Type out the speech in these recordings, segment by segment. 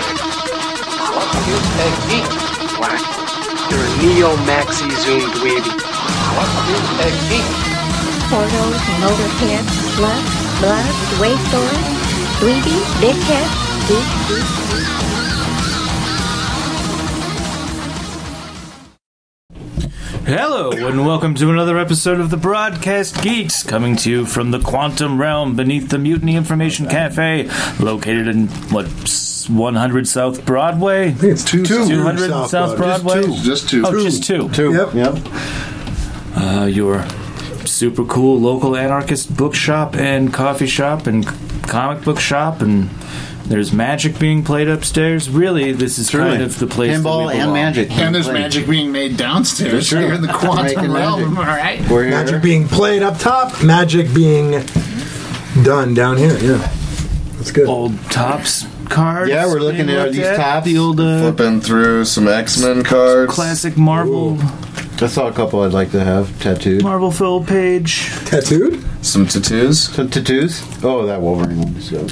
What is a geek? You're a neo maxi zoom dweeby. What is a geek? Portals, motorheads, sluts, bloods, wasteoids, 3D, dickheads, geek, geek, geek. Hello, and welcome to another episode of the Broadcast Geeks, coming to you from the quantum realm beneath the Mutiny Information Cafe, located in, what, s- 100 South Broadway? It's two, 200 South, Broadway? Just two. Oh, just two. Two. Yep. Yep. Uh, your super cool local anarchist bookshop and coffee shop and c- comic book shop, and there's magic being played upstairs. Really, this is kind of the place that Pinball we and belong. magic. And there's magic being made downstairs That's right. here in the Making quantum realm, magic. all right? Where Magic being played up top. Magic being done down here. Yeah, that's good. Old tops cards. Yeah, we're looking being at looked these tops. The old uh, Flipping through some X Men cards. classic Marvel I saw a couple I'd like to have tattooed. Marvel Phil page. Tattooed? Some tattoos. Some tattoos. Oh, that Wolverine one. So.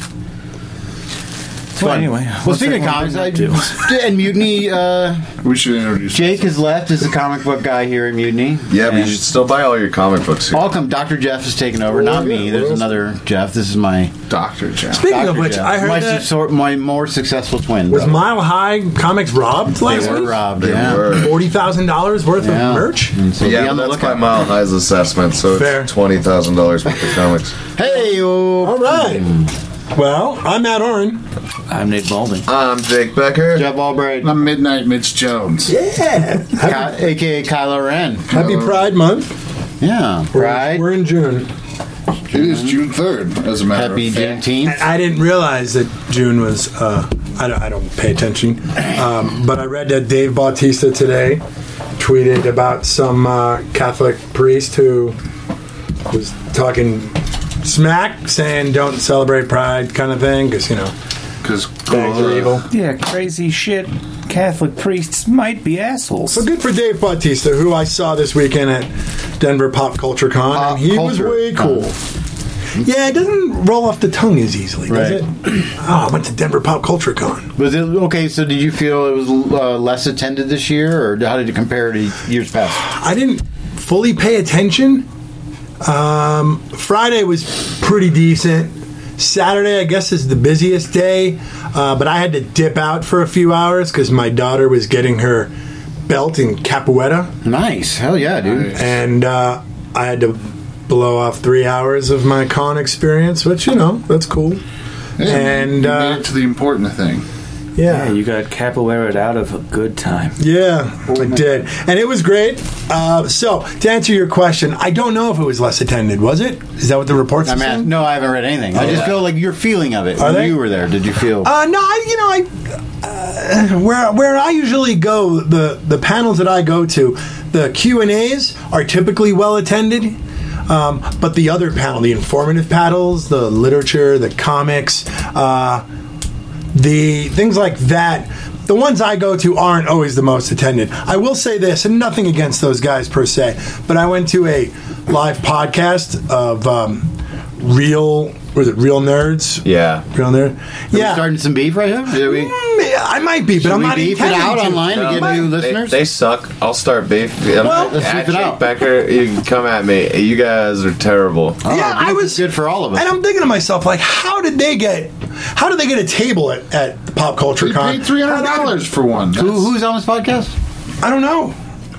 Well, Fun. anyway, well, what's speaking of that comics, one I, do? and Mutiny, uh, We should introduce Jake is left as the comic book guy here at Mutiny. Yeah, but you And should still buy all your comic books here. Welcome, Dr. Jeff has taken over. Not me. There's another Jeff. This is my Dr. Jeff. Oh, Speaking of Dr. which, Jeff. I heard my, that succor- my more successful twin. was brother. Mile High Comics robbed last they were week. robbed. They yeah. were. Forty thousand dollars worth Yeah. of merch. And so be yeah, on the that's my lookout. Mile High's assessment, so Fair. it's twenty thousand dollars worth of comics. Hey, All right. Well, I'm Matt Oren. I'm Nate Baldwin. I'm Jake Becker. Jeff Albright, I'm Midnight Mitch Jones. Yeah. Ky- aka Kylo Ren. Happy Pride Month. Yeah, We're, right. We're in June. It is June 3rd, as a matter Happy of fact. Juneteenth. I didn't realize that June was. Uh, I, don't, I don't pay attention, um, but I read that Dave Bautista today tweeted about some uh, Catholic priest who was talking smack, saying don't celebrate Pride, kind of thing, because you know Because bags are evil. Yeah, crazy shit. Catholic priests might be assholes. So good for Dave Bautista, who I saw this weekend at Denver Pop Culture Con. Pop and he Culture was way cool. Yeah, it doesn't roll off the tongue as easily, does Right. it? Oh, I went to Denver Pop Culture Con. Was it okay? So, did you feel it was uh, less attended this year, or how did it compare to years past? I didn't fully pay attention. Um, Friday was pretty decent. Saturday, I guess, is the busiest day, uh, but I had to dip out for a few hours because my daughter was getting her belt in Capoeira, Nice, hell yeah, dude. and uh, I had to blow off three hours of my con experience, which you know that's cool. And, you uh, made it to the important thing. yeah, you got capoeira out of a good time. Yeah, I did, and it was great. Uh, so, to answer your question, I don't know if it was less attended. Was it? Is that what the reports? I are mean, saying? no, I haven't read anything. I just feel like your feeling of it Are when they? you were there. Did you feel? Uh, no, I, you know, I uh, where where I usually go, the the panels that I go to, the Q and A's are typically well attended, um, but the other panel, the informative panels, the literature, the comics, uh, the things like that. The ones I go to aren't always the most attended. I will say this, and nothing against those guys per se, but I went to a live podcast of um, real, was it real nerds? Yeah. Real nerd. Are we Yeah. starting some beef right here? Did we? Mm, I might be, but Should I'm we not beef it intending out to. online to get new They- listeners? They, suck. I'll start beef. I'm- Well- Let's at sweep it Jake out. Becker, you can come at me. You guys are terrible. Oh, Yeah, beef I is was good for all of us. And I'm thinking to myself, like, how did they get? How did they get a table at, at the pop culture We con? paid $300 for one. Who, who's on this podcast? I don't know.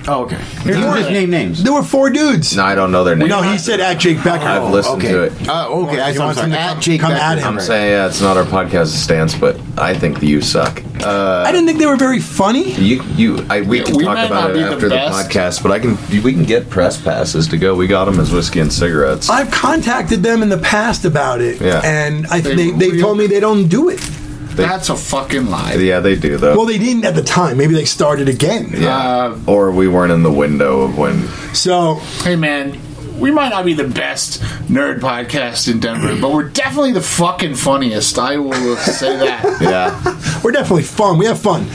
Oh, okay. You Here's just one. name names. There were four dudes. No, I don't know their name. No, he said at Jake Becker. I've listened okay. to it. Oh, okay. Well, I he saw I'm wants sorry. him to At come- Jake come Becker. at him. I'm Right. saying yeah, it's not our podcast stance, but I think that you suck. Uh, I didn't think they were very funny. You, you, I, we Yeah, can we talk might about not it be the after the, best. podcast, but I can, we can get press passes to go. We got them as whiskey and cigarettes. I've contacted them in the past about it, Yeah. and I, They they, they real- told me they don't do it. That's a fucking lie. Yeah, they do though. Well, they didn't at the time. Maybe they started again. yeah. Uh, or we weren't in the window of when. So, hey man, we might not be the best nerd podcast in Denver, but we're definitely the fucking funniest. I will say that. Yeah. We're definitely fun. We have fun.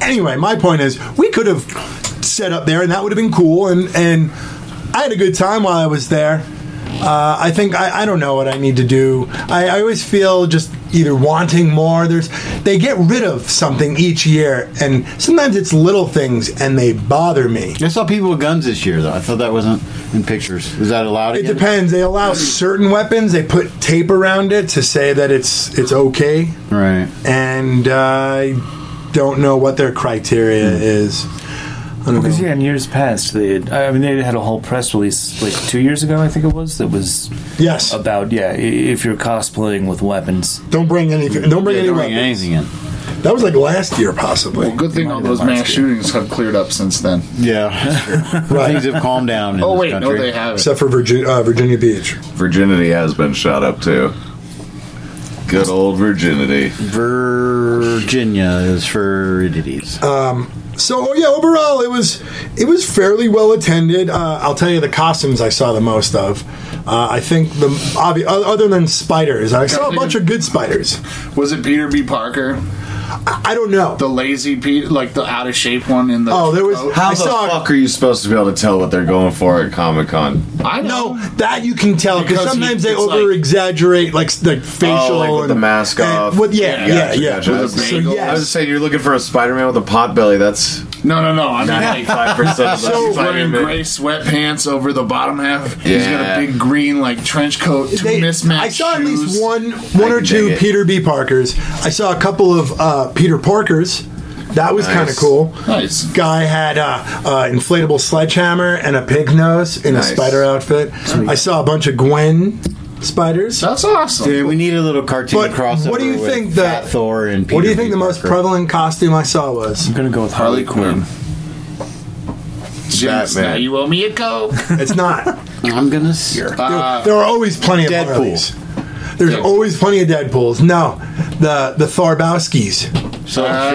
Anyway, my point is, we could have set up there, and that would have been cool. And and I had a good time while I was there. Uh, I think I, I don't know what I need to do. I, I always feel just either wanting more. There's they get rid of something each year, and sometimes it's little things, and they bother me. I saw people with guns this year, though. I thought that wasn't in pictures. Is that allowed? It again? depends. They allow certain weapons. They put tape around it to say that it's it's okay. Right. and uh, I don't know what their criteria Hmm. is. I don't Because know. yeah, in years past, they had, I mean, they had a whole press release like two years ago, I think it was, that was Yes, uh, about yeah, i- if you're cosplaying with weapons. don't bring anything. Don't bring Yeah, any don't bring weapons. anything in. That was like last year, possibly. Well, good thing all those mass shootings have cleared up since then. Yeah. Things have calmed down. In Oh this wait, no, country. they haven't. Except for Virginia, uh, Virginia Beach. Virginity has been shot up too. Good old virginity. Virginia is for idiots. So oh, yeah, overall it was it was fairly well attended. Uh, I'll tell you the costumes I saw the most of. Uh, I think the obvi- o- other than spiders, I saw a bunch of good spiders. Was it Peter B. Parker, I don't know. the lazy Pete, like the out of shape one in the? Oh, there was How I the saw fuck are you supposed to be able to tell what they're going for at Comic Con? I No, that you can tell because Because he- sometimes they it's like- over exaggerate, like the Oh, facial like with and the mask and- off. What? Yeah, yeah, yeah. Gotcha, gotcha. With a So bagel. I was yes. saying you're looking for a Spider-Man with a pot belly. That's No, no, no. I mean, like, ninety-five percent of he's the wearing Spider-Man. gray sweatpants over the bottom half. He's got Yeah. a big green like trench coat, two They- mismatched I saw at least shoes. one, one I or can dig two it. Peter B. Parkers. I saw a couple of uh, Peter Parkers. That was kind of Nice. cool. Nice. Guy had a uh, inflatable sledgehammer and a pig nose in Nice. a spider outfit. I saw a bunch of Gwen spiders. That's awesome. Dude, we need a little cartoon But crossover. what do you with think that Fat Thor and Peter What do you think B. the most Parker. prevalent costume I saw was? I'm gonna go with Harley Harley Quinn. Quinn. Jinx, Batman. now you owe me a coke. It's not. I'm gonna. See. Uh, There are always plenty of Deadpool. Harleys. There's always plenty of Deadpools. No, the the Tharbowskis. So Uh,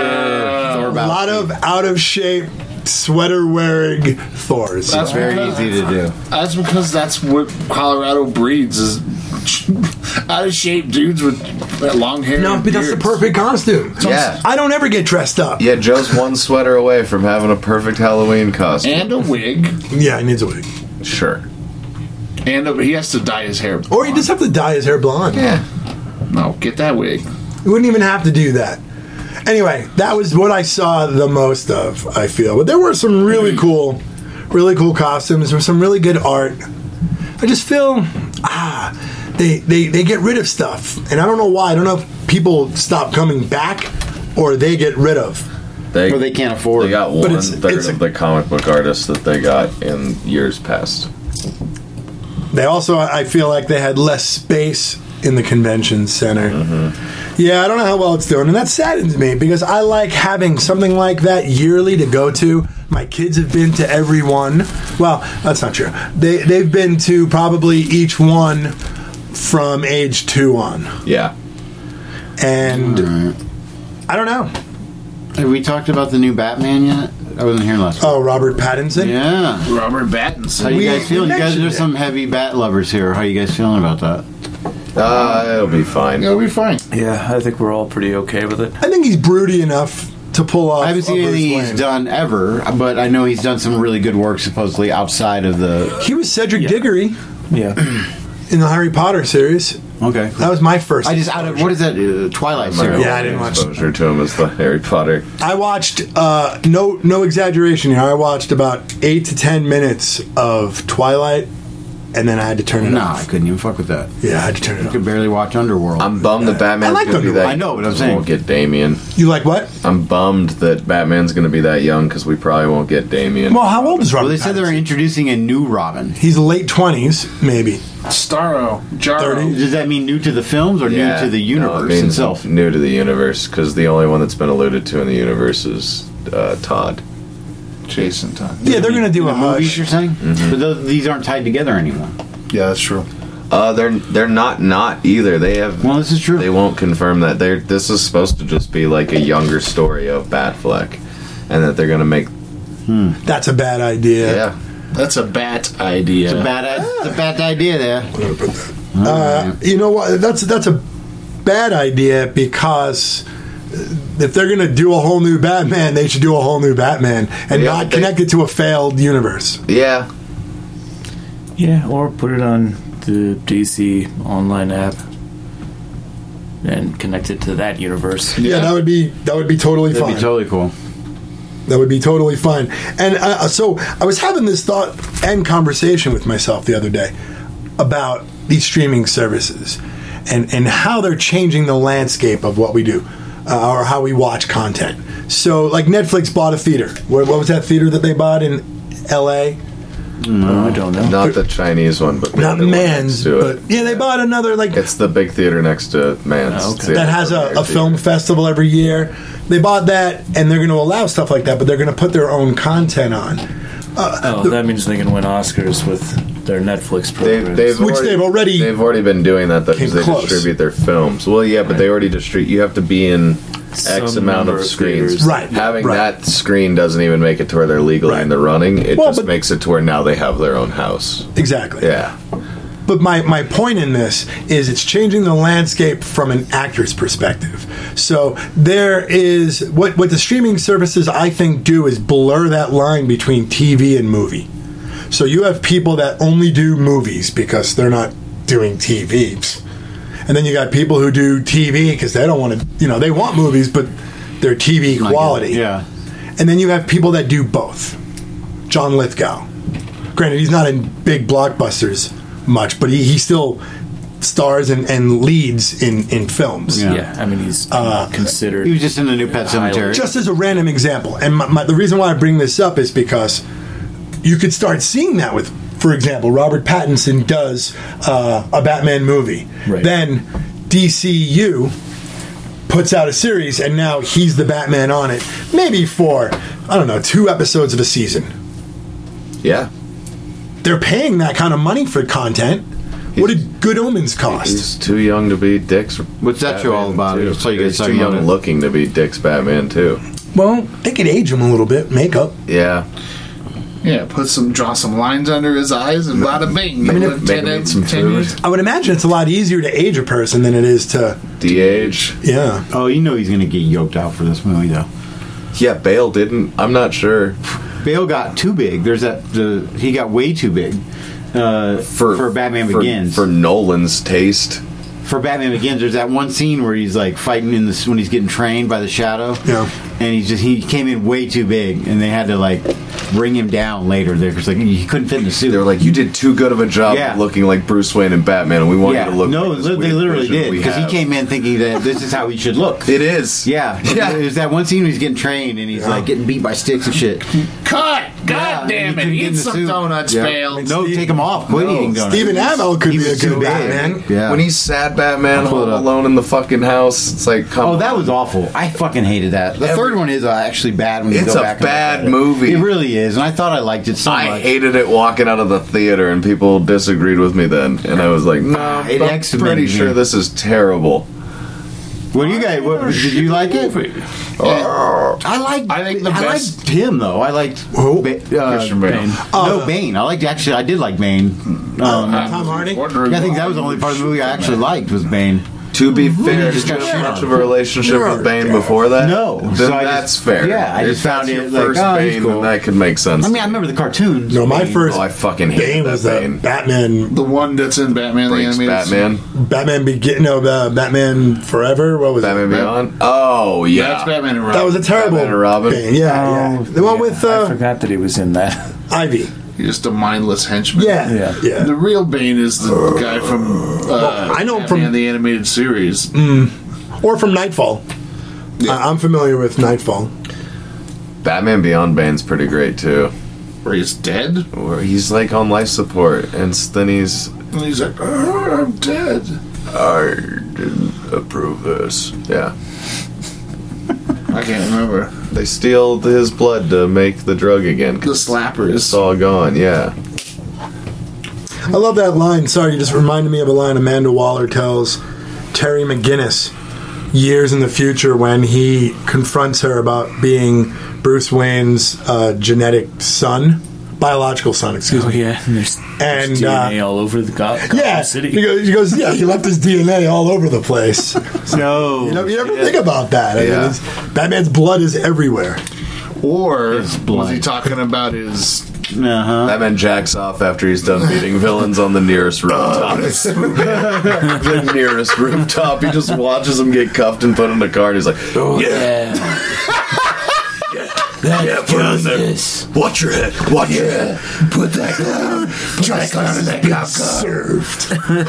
sure, Thor A lot Bowski. of out of shape sweater wearing Thors. That's very easy to do. That's because that's what Colorado breeds is out of shape dudes with that long hair. no, and but that's the beards. perfect costume. Yeah. I don't ever get dressed up. Yeah, Joe's one sweater away from having a perfect Halloween costume. And a wig, Yeah, he needs a wig. sure. Oh, and a, he has to dye his hair. Or you just have to dye his hair blonde. Yeah. no, get that wig. You wouldn't even have to do that. Anyway, that was what I saw the most of, I feel. But there were some really cool, really cool costumes and some really good art. I just feel, ah, they, they, they get rid of stuff. And I don't know why. I don't know if people stop coming back or they get rid of. They, Or they can't afford. they got one But third it's- it's- of the comic book artists that they got in years past. They also, I feel like they had less space in the convention center. Mm-hmm. Yeah, I don't know how well it's doing, and that saddens me because I like having something like that yearly to go to. My kids have been to every one. Well, that's not true. They they've been to probably each one from age two on, Yeah. and Alright. I don't know. Have we talked about the new Batman yet? I wasn't here last. Oh, Robert Pattinson. week. Yeah. Robert How Pattinson. you We- guys feeling? You guys, there's some heavy bat lovers here. How you guys feeling about that? Uh, it'll be fine. It'll be fine. Yeah, I think we're all pretty okay with it. I think he's broody enough to pull off. I haven't seen a Bruce anything Wayne. he's done ever, but I know he's done some really good work supposedly outside of the. He was Cedric Diggory Yeah, in the Harry Potter series. Okay. That was my first. I just out of what is that uh, Twilight My series? only Yeah, I didn't watch- Exposure to him is the Harry Potter. I watched uh, no no exaggeration here. I watched about eight to ten minutes of Twilight, and then I had to turn it No, I off. couldn't even fuck with that. Yeah, I had to turn I it could off. barely watch Underworld. I'm bummed that Batman's I like gonna be Underworld. that. I know what I'm we saying. Won't get Damien. You like what? I'm bummed that Batman's gonna be that young because we probably won't get Damien. Well, how old is Robert? well, they said Pattinson? they're introducing a new Robin. He's late twenties, maybe. Starro, Thirty. Jarro. Does that mean new to the films or Yeah, new to the universe no, it means itself? New to the universe because the only one that's been alluded to in the universe is uh, Todd. Jason Todd. Yeah, they're gonna do The a movies hush. you're saying, but those, these aren't tied together anymore. Yeah, that's true. Uh, they're they're not not either. They have. Well, this is true. They won't confirm that. They're this is supposed to just be like a younger story of Batfleck, and that they're gonna make. That's a bad idea. Yeah, that's a bat idea. It's a bad, i- it's a bad idea there. Uh, you know what? That's that's a bad idea because if they're going to do a whole new Batman, they should do a whole new Batman and Yeah, not they- connect it to a failed universe. Yeah. Yeah, or put it on the DC online app and connect it to that universe. Yeah, that would be that would be totally That'd be fine. totally cool. that would be totally fine. And uh, so I was having this thought and conversation with myself the other day about these streaming services and and how they're changing the landscape of what we do uh, or how we watch content. So like Netflix bought a theater. What, what was that theater that they bought in L.A.? No, I don't know. Not the Chinese one, but Not the one next Man's, to but it. yeah, they bought another like It's the big theater next to Man's. Oh, okay. Theater that has a, Premiere a film festival every year. They bought that, and they're going to allow stuff like that, but they're going to put their own content on, Oh, that means they can win Oscars with their Netflix They, programs. they've Which already, they've already they've already been doing that though, came because they close. distribute their films. Well, yeah, but they already distribute. You have to be in X Some amount number of of screens. theaters. Right, Having right. that screen doesn't even make it to where they're legally in the running. It Well, just but- makes it to where now they have their own house. exactly. Yeah. But my, my point in this is it's changing the landscape from an actor's perspective. So there is what what the streaming services I think do is blur that line between TV and movie. So you have people that only do movies because they're not doing TV. And then you got people who do TV because they don't want to, you know, they want movies but they're TV quality. Yeah. And then you have people that do both. John Lithgow. Granted, he's not in big blockbusters much, but he, he still stars and, and leads in, in films. Yeah. yeah, I mean, he's Uh, considered. He was just in the new Pet Cemetery. Just as a random example. And my, my, the reason why I bring this up is because you could start seeing that with, for example, Robert Pattinson does uh, a Batman movie. Right. Then DCU puts out a series, and now he's the Batman on it, maybe for, I don't know, two episodes of a season. Yeah. they're paying that kind of money for content. What did Good Omens cost? He's too young to be Dick's. What's that show all about? too. Just so you guys He's too talking about young it. looking to be Dick's Batman too. Well, they could age him a little bit, makeup. Yeah. Yeah, put some draw some lines under his eyes and bada bing. Make him- Live make him eat some food. years. I would imagine it's a lot easier to age a person than it is to, DH. yeah. Oh, you know he's gonna get yoked out for this movie though. Yeah, Bale didn't. I'm not sure. Bale got too big. There's that. The, he got way too big uh, for for Batman for- Begins. For For, Nolan's taste. Batman Begins, there's that one scene where he's like fighting in this when he's getting trained by the Shadow. Yeah. and he's just he came in way too big, and they had to like bring him down later. They're just like he couldn't fit in the suit. They were like, "You did too good of a job Yeah. looking like Bruce Wayne and Batman, and we want yeah, you to look." no, like this li- they weird literally version did we because he have." came in thinking that this is how he should look. It is. yeah, Yeah. There's that one scene where he's getting trained and he's like getting beat by sticks and shit. Cut! God Yeah, damn and it! he couldn't get in Eat the some suit. donuts, Yeah. Bale. No, take him off. Quit eating donuts. Stephen Amell could he be a was good too Batman. big. Yeah. When he's sad Batman, I'll pull it home up. alone in the fucking house, it's like, come Oh, that on. was awful. I fucking hated that. The Every- third one is uh, actually bad when you It's go a back. and look bad at it. movie. It really is, and I thought I liked it so I much. hated it walking out of the theater, and people disagreed with me then, and I was like, "No, It I'm excellent, pretty man. sure this is terrible." what do you guys? What, did you like it? Uh, I liked. I think the I best- liked him though. I liked Who? Oh, Ba- uh, Christian Bale. Bane. no Bane. I liked actually. I did like Bane. Um, Tom Hardy? I think that was the only part of the movie I actually liked was Bane. To be fair, just got too shot. much of a relationship No. with Bane before that. No. then So I just- that's fair. yeah, I If just found that's it your like, first oh, he's Bane, cool. then that could make sense. I mean, I remember the cartoons. No, my first Oh, I fucking hate Bane that was the Bane. Batman, the one that's in Batman the breaks animated Batman. Batman Begin, no, uh, Batman Forever. What was Batman it? Beyond. Oh yeah, That's Batman and Robin. That was a terrible Batman and Robin. Bane, Um, Yeah, Oh, yeah. The one yeah, with I uh, forgot that he was in that. Ivy. You're just a mindless henchman. Yeah, Yeah. yeah. The real Bane is the guy from uh, I know him Batman from- the animated series. Mm. Or from Nightfall. I- I'm familiar with Nightfall. Batman Beyond Bane's pretty great too. Where he's dead? Where he's like on life support, and s- then he's And he's like, "Oh, I'm dead. I didn't approve this. Yeah, I can't remember. they steal his blood to make the drug again. The 'cause slappers. It's all gone. Yeah, I love that line. Sorry, you just reminded me of a line Amanda Waller tells Terry McGinnis years in the future when he confronts her about being Bruce Wayne's uh, genetic son, biological son. Excuse Oh, me. yeah. And there's, there's And, uh, DNA all over the go- Gotham Yeah, City. He, goes, he goes, yeah, he left his DNA all over the place. no. You, know, you never think about that. I mean, Yeah. it's- Batman's blood is everywhere. Or was he talking about his? Uh-huh. That man jacks off after he's done beating villains on the nearest Oh, rooftop. the nearest rooftop. He just watches them get cuffed and put in the car, and he's like, "Yeah, Yeah. Oh, yeah, put him in there. Watch your head. Watch your head. Put that clown. Put that clown in that cop car."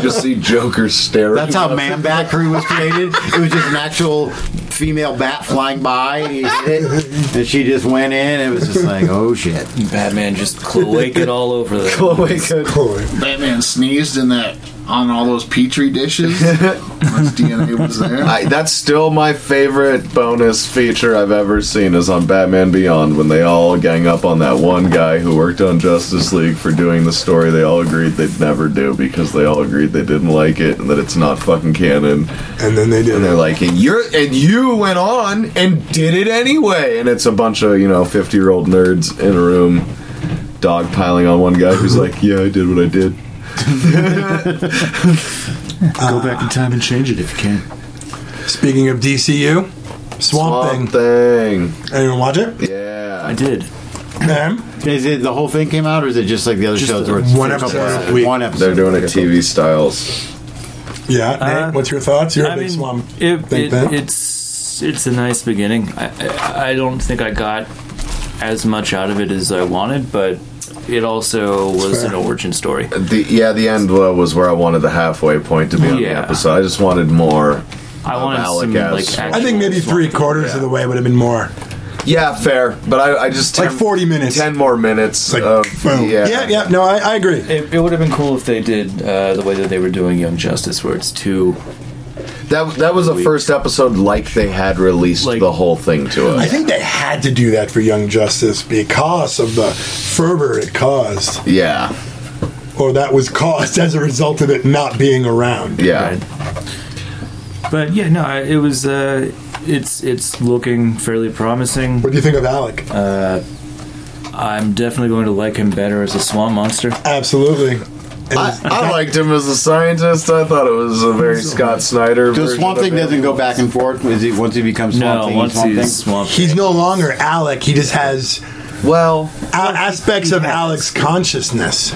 just see Joker staring. That's how Man Bat Crew was created. It was just an actual female bat flying by, and he hit it, and she just went in. It was just like, oh shit. Batman just cloaking all over the Batman sneezed in that on all those petri dishes. His DNA was there. I, that's still my favorite bonus feature I've ever seen is on Batman Beyond when they all gang up on that one guy who worked on Justice League for doing the story they all agreed they'd never do because they all agreed they didn't like it and that it's not fucking canon. And then they did. And they're like, and you're and you went on and did it anyway. And it's a bunch of you know fifty year old nerds in a room, dog piling on one guy who's like, yeah, I did what I did. Go back in time and change it if you can. Speaking of DCU, Swamp, Thing. Swamp thing. Anyone watch it? Yeah. I did. Ma'am? Is it the whole thing came out, or is it just like the other shows? Where it's one it's a couple episode a episodes? week. One episode. They're doing it TV styles. Yeah, Nate, what's your thoughts? You're a Uh, I big mean, Swamp it, Thing it, fan. it's it's a nice beginning. I, I I don't think I got as much out of it as I wanted, but it also was fair. an origin story. The, yeah, the end uh, was where I wanted the halfway point to be on Yeah. the episode. I just wanted more. I wanted Alec some has- like. I think maybe three quarters of the way would have been more. Yeah, fair, but I, I just Like 40 minutes. ten more minutes. Like, Um, of, boom. Yeah. yeah, No, I, I agree. It, it would have been cool if they did uh, the way that they were doing Young Justice, where it's two. That that was the first episode like they had released Like- the whole thing to I us. think they had to do that for Young Justice because of the fervor it caused, Yeah, or that was caused as a result of it not being around. yeah. But yeah, no, I- it was. Uh, it's it's looking fairly promising. What do you think of Alec? Uh, I'm definitely going to like him better as a swamp monster. Absolutely. And I, I liked him as a scientist. I thought it was a very Scott Snyder. The version Swamp of Thing him. doesn't go back and forth. Is he once he becomes Swamp No, Thing? once Swamp he's Thing? swamp, he's no longer Alec. He just has Well, a- aspects of Alec's consciousness,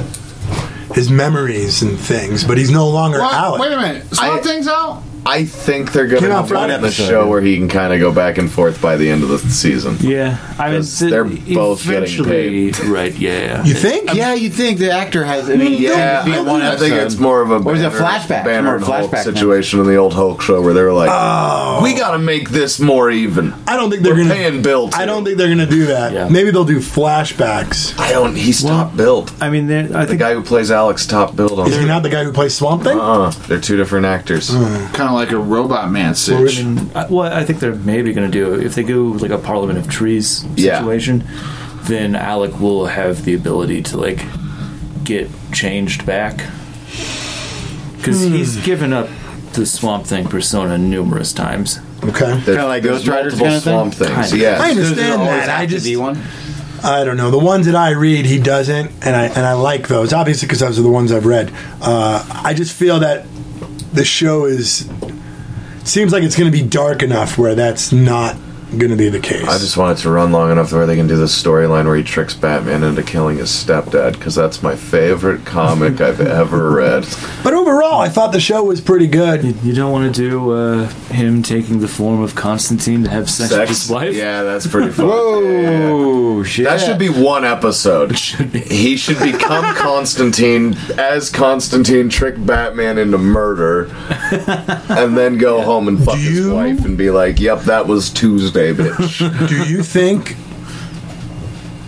his memories and things, but he's no longer What? Alec. Wait a minute. Swamp I- Thing's out. I think they're Came going out to Friday. run the show where he can kind of go back and forth by the end of the season. Yeah, I mean, 'Cause they're both getting eventually- Right? Yeah. You think? Yeah, you think the actor has? I mean, Yeah, it'd be one I think episode. it's more of a Or is it Banner- flashback? Banner It's and more Hulk flashback situation in the old Hulk show where they were like, Uh, Uh, "Oh, "We got to make this more even." I don't think they're We're gonna paying Bill, too. I don't think they're gonna do that. Yeah. Maybe they'll do flashbacks. I don't. He's top build. I mean, there- I The think guy who plays Alex top build on. Is he not the guy who plays Swamp Thing? Uh, they're two different actors. Uh, Kind of like a robot man sitch. I- well, I think they're maybe going to do if they do like a Parliament of Trees Yeah. situation, then Alec will have the ability to like get changed back because he's given up the Swamp Thing persona numerous times. Okay. Kind Kinda like Ghost Rider's kinda thing? Swamp Things. Kinda. Yeah, I Does it understand always that. have I to just be one. I don't know. The ones that I read, he doesn't, and I and I like those obviously because those are the ones I've read. Uh, I just feel that the show is seems like it's going to be dark enough where that's not going to be the case. I just want it to run long enough where they can do the storyline where he tricks Batman into killing his stepdad because that's my favorite comic I've ever read. but overall, I thought the show was pretty good. You, you don't want to do uh, him taking the form of Constantine to have sex, with his wife. Yeah, that's pretty fun. Whoa, shit! That should be one episode. He should become Constantine as Constantine, trick Batman into murder, and then go home and fuck his you- wife and be like, "Yep, that was Tuesday, bitch." Do you think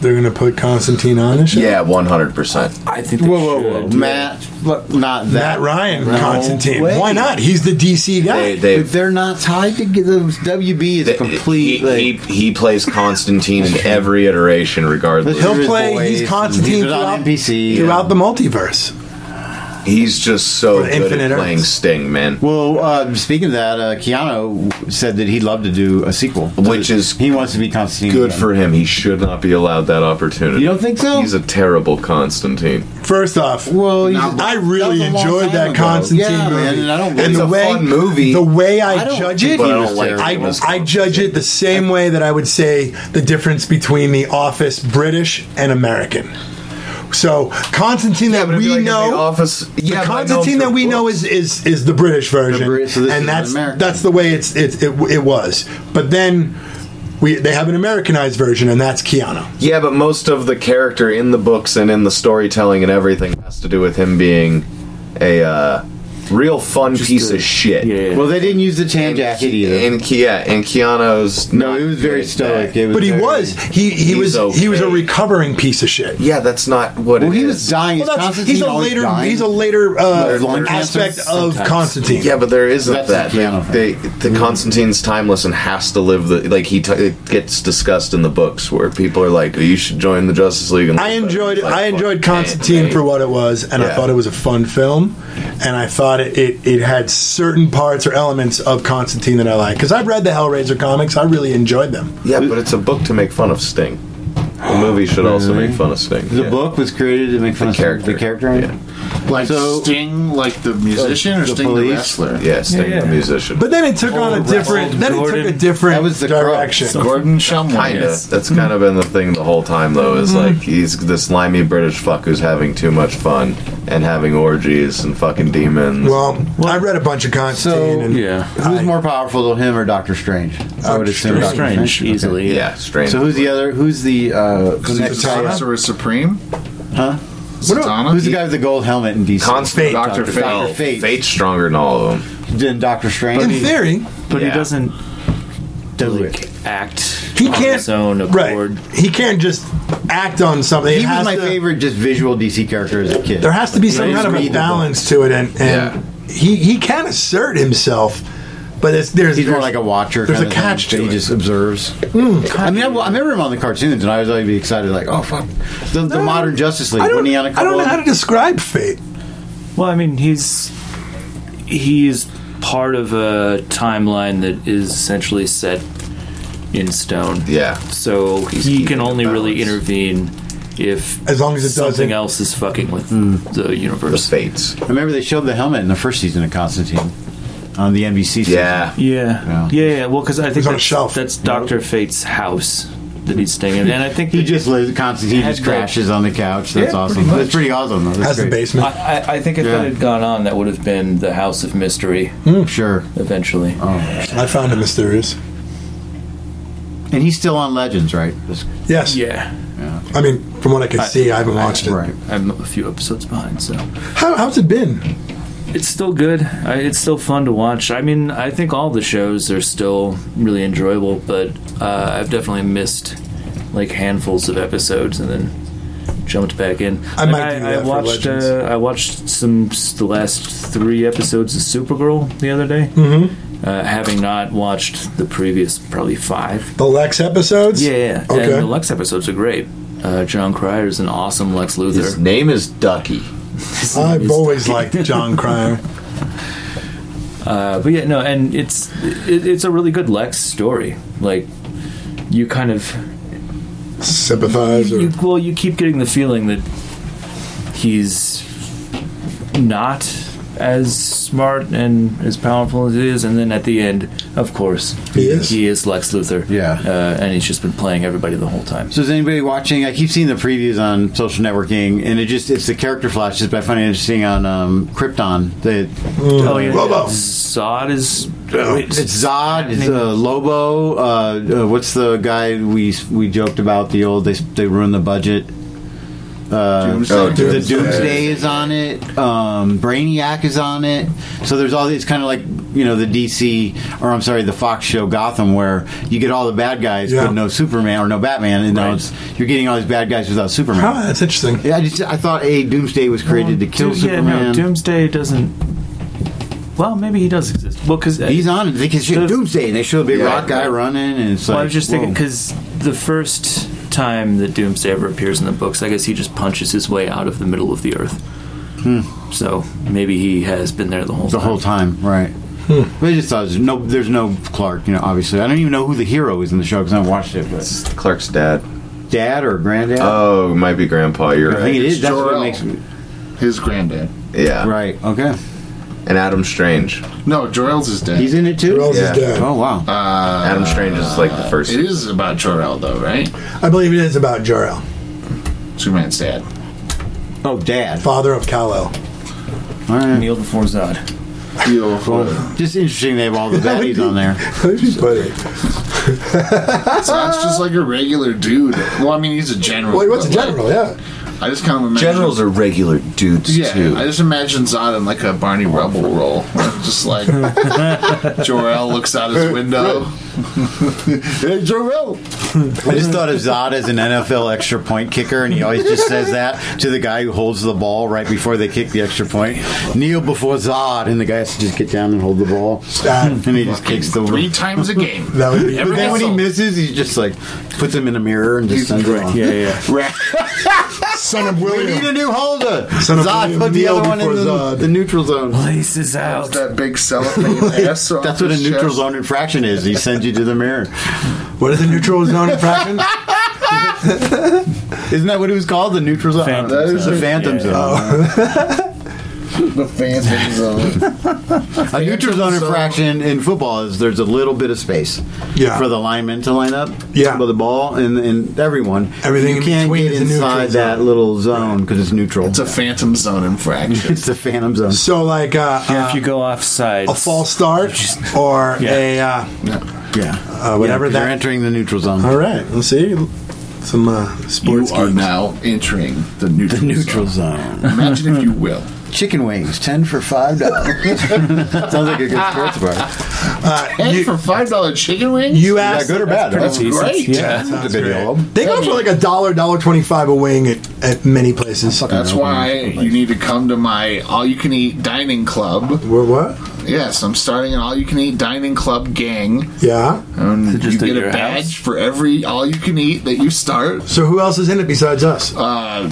They're gonna put Constantine on this show. Yeah, one hundred percent. I think. they whoa, whoa, whoa, should. Matt, look, not that Matt Ryan, No Constantine. way. Why not? He's the DC guy. They, they, If they're not tied to the WB, is complete. He, like, he, he plays Constantine in every iteration, regardless. He'll He'll his play. voice, He's and Constantine he's on throughout, NBC, throughout yeah. the multiverse. He's just so Or good Infinite at Earths. playing Sting, man. Well, uh, speaking of that, uh, Keanu said that he'd love to do a sequel, Which is he wants to be Constantine. Good again. for him. He should not be allowed that opportunity. You don't think so? He's a terrible Constantine. First off, Well, he's- I that was really a long enjoyed time that ago. Constantine Yeah, movie. man, and I don't. and It's the a way fun movie. the way I I, don't judge think it, But I don't like I, him as I judge it the same way that I would say the difference between the Office British and American. So Constantine that but it'd we be like in know, The Office- Yeah, the but I know Constantine that from we know is, is is the British version, Brit- so this is and that's American. that's the way it's it, it it was. But then we they have an Americanized version, and that's Keanu. Yeah, but most of the character in the books and in the storytelling and everything has to do with him being a uh, real fun piece of shit. yeah. Well, they didn't use the tan jacket either. And Ke- yeah, and Keanu's no, not it was good very at stoic. that. It was But he very- was he he He's was he was a okay. recovering piece of shit. Yeah, that's not what Well, it he is. was dying. Well, Is that's, Constantine he's a always later dying? he's a later Like uh, lung cancer? aspect of Sometimes. Constantine. Yeah, but there isn't That's that. the piano. They, the Constantine's timeless and has to live the like he t- it gets discussed in the books where people are like, you should join the Justice League. And I live better." enjoyed It's like, I enjoyed fuck, Constantine man, for what it was, and I Yeah. thought it was a fun film, and I thought it, it, it had certain parts or elements of Constantine that I like because I've read the Hellraiser comics, I really enjoyed them. Yeah, but it's a book to make fun of Sting. The movie should also make fun of Sting. The yeah. book was created to make fun of character. the character. Yeah. Like So- Sting, like the musician, or The Sting police? the wrestler? Yeah, Sting Yeah, yeah. the musician. But then it took on a different then it took a Gordon. different That was the direction. Gordon Shumway. Kinda. That's kind of been the thing the whole time, though. Mm-hmm. Is like he's this slimy British fuck who's having too much fun and having orgies and fucking demons. Well, I read a bunch of Constantine, So- and Yeah. Who's more powerful, him or Doctor Strange? I would assume Doctor Strange, Strange. Okay. easily. yeah, strange. So who's the other? Who's the uh, next? Zatanna? Sorcerer Supreme? Huh? Zatanna? Who's the guy with the gold helmet in DC? Constant Doctor Fate. Doctor Fate. Fate. Fate's stronger than all of them. Then Doctor Strange. in theory, But he Yeah. doesn't Do it. like, act. he on can't His own right. accord. He can't just act on something. It he was has my to- favorite just visual DC character as a kid. There has to be some He's kind of a readable. balance to it, and, and he he can assert himself, but it's, there's He's more there's- like a watcher. There's a kinda thing, catch that to he it. Mm, just observes. I mean, I, I remember him on the cartoons, and I was always be excited, like, oh fuck, the, the modern Justice League. I don't, Wasn't he on a I don't couple know of- how to describe fate. Well, I mean, he's he's part of a timeline that is essentially set in stone. Yeah. So He's he keeping can the only really balance. intervene if As long as it something doesn't- Mm. else is fucking with the The universe. Fates. I remember they showed the helmet in the first season of Constantine on the NBC. Season. Yeah. Yeah. yeah, Yeah. yeah. Well, because I think on a that's, shelf. that's Doctor Fate's house that he's staying in, and I think He that- just lives. Constantine Had just that- crashes on the couch. That's Yeah, awesome. pretty much. That's pretty awesome. Though. That's As the great. basement, I, I- I think if that Yeah. had gone on, that would have been the House of Mystery Hmm? Sure. eventually. I found it mysterious. And he's still on Legends, right? That's- Yes, Yeah, I mean, from what I could see, I haven't watched it. Right. I'm a few episodes behind, so How, how's it been? it's still good. I, it's still fun to watch. I mean, I think all the shows are still really enjoyable, but uh, I've definitely missed like handfuls of episodes and then jumped back in. I might do I, that for watched. Legends. uh, I watched some s- the last three episodes of Supergirl the other day, mm-hmm. uh, having not watched the previous probably five. The Lex episodes. Yeah, yeah. Okay. And the Lex episodes are great. Uh, John Cryer is an awesome Lex His Luthor. name is Ducky. I've always liked John Cryer. Uh, but yeah, no, and it's it, it's a really good Lex story. Like you kind of Sympathize or you, well, you keep getting the feeling that he's not as smart and as powerful as he is, and then at the end, of course, He is? Lex Luthor. Yeah. uh, and he's just been playing everybody the whole time. So is anybody watching? I keep seeing the previews on social networking, and it just it's the character flashes. But I find it interesting on um, Krypton. The, oh yeah, Mm-hmm. Robo. Zod is. wait, it's Zod, it's, uh, Lobo. Uh, uh, what's the guy we we joked about? The old they they ruined the budget. Uh, Doomsday. oh, the Doomsday. Doomsday is on it. Um, Brainiac is on it. So there's all these kind of like you know the DC or I'm sorry the Fox show Gotham where you get all the bad guys Yeah. but no Superman or no Batman and now it's, you're getting all these bad guys without Superman. Huh, that's interesting. Yeah, I just I thought a Doomsday was created to kill Doom- yeah, Superman. no, Doomsday doesn't. Well, maybe he does exist. Well, uh, because He's on it because shit, Doomsday and they show a big rock guy running and it's Well, like I was just thinking whoa. because the first time that Doomsday ever appears in the books, I guess he just punches his way out of the middle of the earth. So maybe he has been there the whole the time. whole time, right? But I just thought there's no, there's no Clark. You know, obviously, I don't even know who the hero is in the show because I haven't watched it. But Clark's dad. dad or granddad? Oh, it might be grandpa. You're I right. think it is. That's what Jor-El. makes me. His granddad. Yeah. Right. Okay. And Adam Strange. No, Jorel's is dead. He's in it too. Charles Yeah. is dead. Oh wow. Adam Strange is like the first. it is about Jorel though, right? I believe it is about Jor-El, Superman's dad. oh, dad. father of Kal-El. All right. Kneel before Zod. Well, just interesting. They have all the baddies on there. That'd be funny. Sounds just like a regular dude. Well, I mean, he's a general. Well, he was a but, like, general, yeah. I just kind of imagine. Generals are regular dudes Yeah, too. I just imagine Zod in like a Barney Rubble role, just like Jor-El looks out his window. hey, Jor-El. I just thought of Zod as an NFL extra point kicker, and he always just says that to the guy who holds the ball right before they kick the extra point. Kneel before Zod, and the guy has to just get down and hold the ball, That, and he just kicks the three times a game. that would be. Every But then when he insult. misses, he just like puts him in a mirror and just sends it on. Yeah, yeah. Son of We William. need a new holder. Son of Zod William, put the kneel other one in before the, Zod. the neutral zone. Places out. that big cellophane ass. off That's what a his neutral chest. zone infraction is. He sends you to the mirror. What is a neutral zone infraction? Isn't that what it was called? The neutral zone. Phantom That is zone. the phantom Yeah. zone. The phantom zone. A neutral zone infraction in football is there's a little bit of space Yeah. for the linemen to line up Yeah. with the ball and, and everyone. Everything you in can't between get is a neutral inside that zone. little zone because it's neutral. It's a phantom zone infraction. It's the phantom zone. So, like uh, Yeah, if uh, you go offside, a false start or Yeah. a. Uh, Yeah, Uh, Yeah, whatever 'cause that- You're entering the neutral zone. all right, let's see. Some uh, You sports are games. now entering the neutral. Neutral zone. zone. Imagine if you will. Chicken wings, ten for five dollars. Sounds like a good sports bar. Hey, for five dollar chicken wings. You asked. good or bad? That's great. Yeah. That's a good deal. They go for like a dollar, dollar twenty-five a wing at, at many places. That's why you need to come to my all you can eat dining club. We're what? Yes, I'm starting an all you can eat dining club gang. Yeah. And Just you at get a your badge house? for e- every all you can eat that you start. So who else is in it besides us? Uh,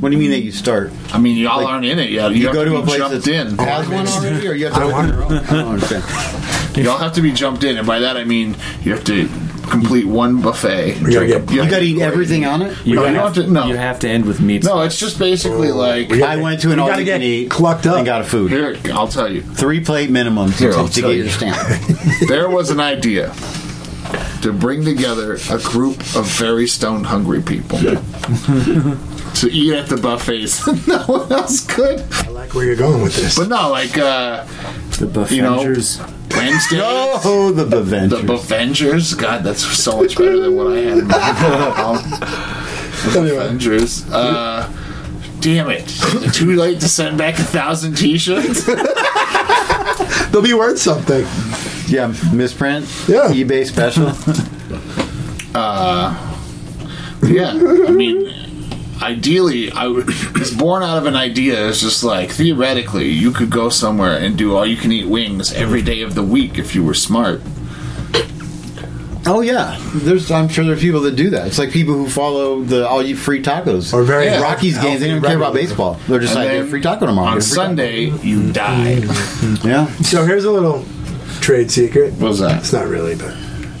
What do you mean that you start? I mean, y'all aren't in it yet. You, You have go to, to a be place jumped that's in. Has one already, or you have to open your own? Oh, I don't understand. Y'all have to be jumped in, and by that I mean you have to complete one buffet. We gotta get- You You have got to to- eat everything on it. Oh, You, No, you don't have, have to- no. you have to end with meat. No, it's just basically like We I went to an You all gotta you get can eat clucked up. and got a food here. I'll tell you, three plate minimum Here, I'll to, to tell get you. your stamp. there was an idea to bring together a group of very stone hungry people to eat at the buffets. no one else could. I like where you're going with this. But no, like uh, the you know, Buffengers. Wednesday. Oh, the The bevenge. Buffengers? God, that's so much better than what I had. in my- the Buffengers. Uh, damn it. Is it Too late to send back a thousand t shirts? They'll be worth something. Yeah, misprint. Yeah. eBay special. yeah. I mean, ideally, I would, it's born out of an idea. It's just like, theoretically, you could go somewhere and do all you can eat wings every day of the week if you were smart. oh yeah, there's. I'm sure there's people that do that. It's like people who follow the all you free tacos Or very Yeah. Rockies games. They don't care about baseball. They're just And like then "Get a free taco tomorrow. On get a free taco." Sunday, you die. Yeah. So here's a little trade secret. What's that? It's not really, but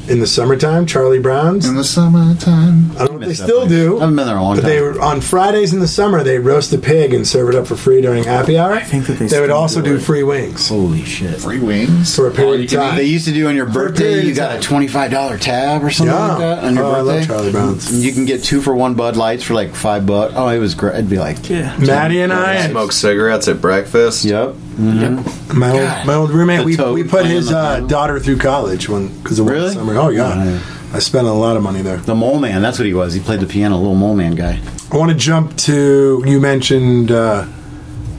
in the summertime, Charlie Brown's. In I the summertime. don't know if they Miss that still place. do. I haven't been there in a long But they time. were on Fridays in the summer. They roast a pig and serve it up for free during happy hour. I think that they would still also do do it. free wings Holy shit. Free wings. for a All period you of can time. They used to do on your birthday. period You of got a time. twenty-five dollar tab or something uh, Yeah. like that on your Oh, I love birthday. Charlie Brown's. You can get two for one Bud Lights for like five bucks. Oh, it was great. It'd be like, Yeah. Maddie and I, Smoke cigarettes at breakfast. yep. Mm-hmm. my old, my old roommate, The we, toad we put playing his the uh, piano. daughter through college when because of one Really? summer. Oh yeah, I spent a lot of money there. The Mole Man, that's what he was. He played the piano, little Mole Man guy. I want to jump to you mentioned uh,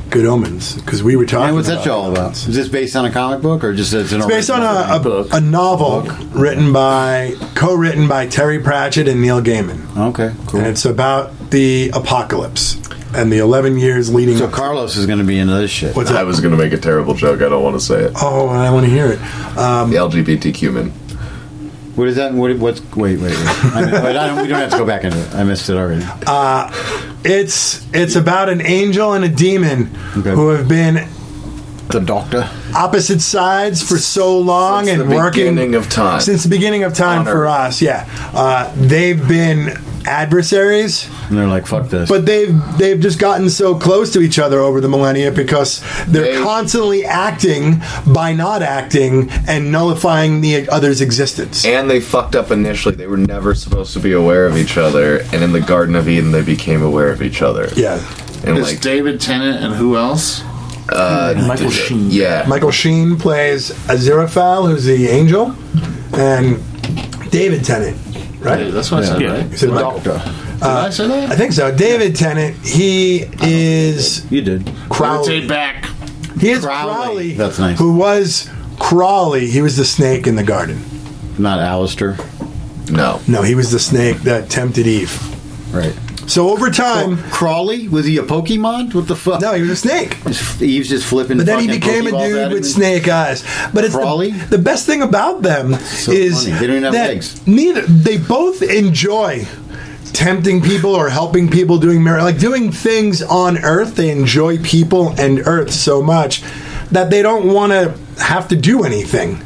Good Omens because we were talking. And what's about that show all about? Is this based on a comic book or just it's an It's based on original a, a thing? book, a novel written by, co-written by Terry Pratchett and Neil Gaiman. Okay, cool. And it's about the apocalypse and the eleven years leading. So up to- Carlos is going to be into this shit. What's I that? was going to make a terrible joke. I don't want to say it. Oh, I want to hear it. Um, The LGBTQ man. What is that? What, what's wait, wait, wait. I mean, but I don't, we don't have to go back into it. I missed it already. It's it's about an angel and a demon Okay. who have been The Doctor. opposite sides for so long Since and the working beginning of time. since the beginning of time On for Earth. us. Yeah, uh, they've been adversaries, And they're like, fuck this. but they've they've just gotten so close to each other over the millennia because they're They- constantly acting by not acting and nullifying the other's existence. And they fucked up initially. They were never supposed to be aware of each other. And in the Garden of Eden, they became aware of each other. yeah, And It's like, David Tennant and who else? Michael Sheen. yeah. Michael Sheen plays Aziraphale, who's the angel, and David Tennant, Hey, right? that's what I said, Yeah. Uh, right? Is it Michael? Did I say that? I think so. David Tennant, he is you did. Crowley. Rotate back. He is Crowley. Crowley. That's nice. Who was Crawley? He was the snake in the garden. Not Alistair. No. No, he was the snake that tempted Eve. Right. So over time, Crawley? Was he a Pokemon? What the fuck? Um, no, he was a snake. Eve's just flipping. But then he fucking became a Pokeballs at dude him with and- snake eyes. But it's Crawley? the, the best thing about them so is funny. They don't even have that legs. neither they both enjoy tempting people or helping people doing mir- like doing things on earth they enjoy people and earth so much that they don't want to have to do anything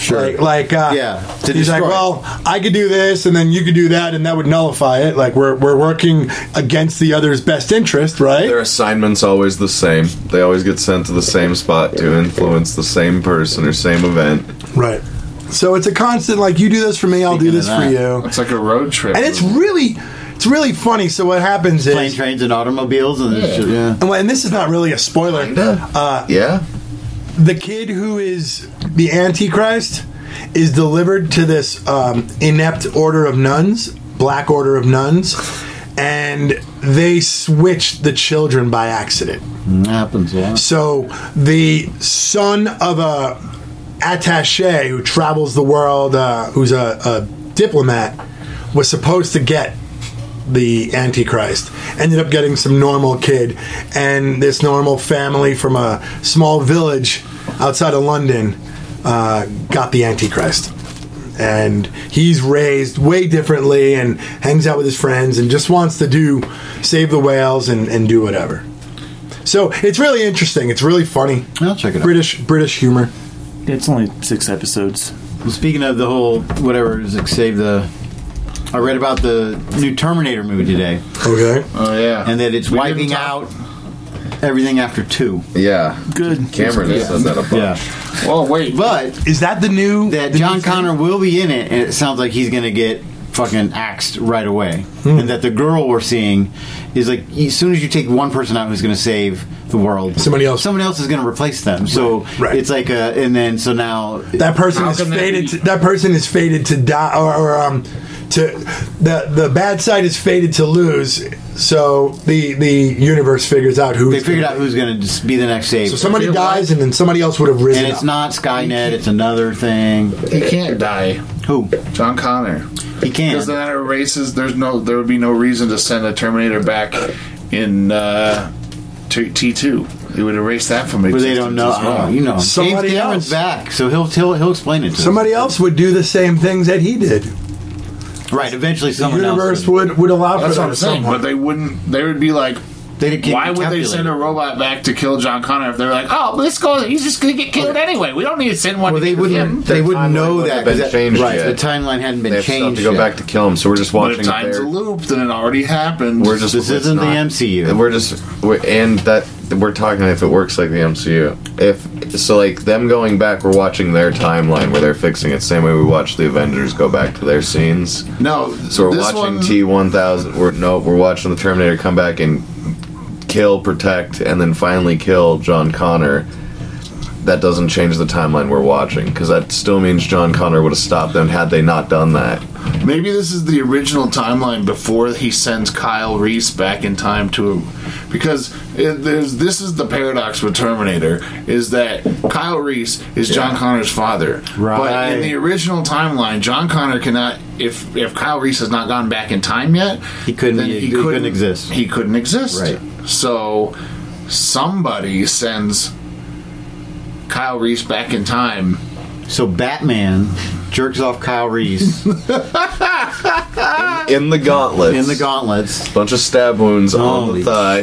Sure. Like, like uh, Yeah, to he's like, destroy it. well, I could do this, and then you could do that, and that would nullify it. Like, we're, we're working against the other's best interest, right? Their assignment's always the same. They always get sent to the same spot to influence the same person or same event. Right. So it's a constant, like, you do this for me, I'll do Speaking this of for that. you. It's like a road trip. And it's really, it's really funny. So what happens is, plane, trains, and automobiles, and it's just- yeah. and, and this is not really a spoiler. Uh, Yeah? the kid who is the Antichrist is delivered to this um, inept order of nuns, black order of nuns, and they switched the children by accident. It Mm, happens a lot. So the son of a attaché who travels the world, uh, who's a, a diplomat, was supposed to get the Antichrist. Ended up getting some normal kid, and this normal family from a small village outside of London uh, got the Antichrist. And he's raised way differently and hangs out with his friends and just wants to do save the whales and, and do whatever. So it's really interesting. It's really funny. I'll check it out. British British humor. It's only six episodes. Well, Speaking of the whole whatever, is it save the. I read about the new Terminator movie today, Okay. oh yeah, and that it's We didn't wiping talk- out everything after two. Yeah. Good. Cameron has said that a bunch. Well, wait, but Is that the new that the John new thing? Connor will be in it, and it sounds like he's going to get fucking axed right away. Hmm. And that the girl we're seeing is like, as soon as you take one person out who's going to save the world, Somebody else- someone else is going to replace them. So Right. it's like a, and then so now That person How is can that fated. be? to, that person is fated to die, or, or um, to the the bad side is fated to lose. So the the universe figures out who they figured out who's going to be the next save. So somebody Feel like- dies, and then somebody else would have risen. and it's up. not Skynet; it's another thing. he can't die. Who John Connor. he can. Because then that erases. There's no. There would be no reason to send a Terminator back in uh, T two. It would erase that from Where existence. they don't know, as well. oh, you know. Somebody James Cameron's else. back, so he'll he'll, he'll explain it to Somebody else would do the same things that he did. us. right. Eventually, The someone universe else. would would allow for That's that. what I'm saying. But they wouldn't. They would be like. They can't Why would they calculate send it. a robot back to kill John Connor if they're like, oh, this guy, he's just gonna get killed anyway. We don't need to send one. Well, to they kill wouldn't. him. They wouldn't timeline know wouldn't that have been 'cause that- changed right? yet. The timeline hadn't been They have stuff changed. to go yet. back to kill him, so we're just But if watching time's a their- loop, then it already happened. We're just This it's isn't the not- MCU. We're just we're, and that we're talking if it works like the MCU. If so, like them going back, we're watching their timeline where they're fixing it. Same way we watch the Avengers go back to their scenes. no. So we're this watching one- T one thousand. We're no, we're watching the Terminator come back and kill, protect, and then finally kill John Connor. that doesn't change the timeline we're watching because that still means John Connor would have stopped them had they not done that. Maybe this is the original timeline before he sends Kyle Reese back in time to, because it, there's this is the paradox with Terminator is that Kyle Reese is John Connor's father, but in Right. the original timeline, John Connor cannot if if Kyle Reese has not gone back in time yet, He couldn't- e- he couldn't exist. He couldn't exist. Right. So somebody sends Kyle Reese back in time. So Batman jerks off Kyle Reese in In the gauntlets, the gauntlets bunch of stab wounds on the Holy thigh.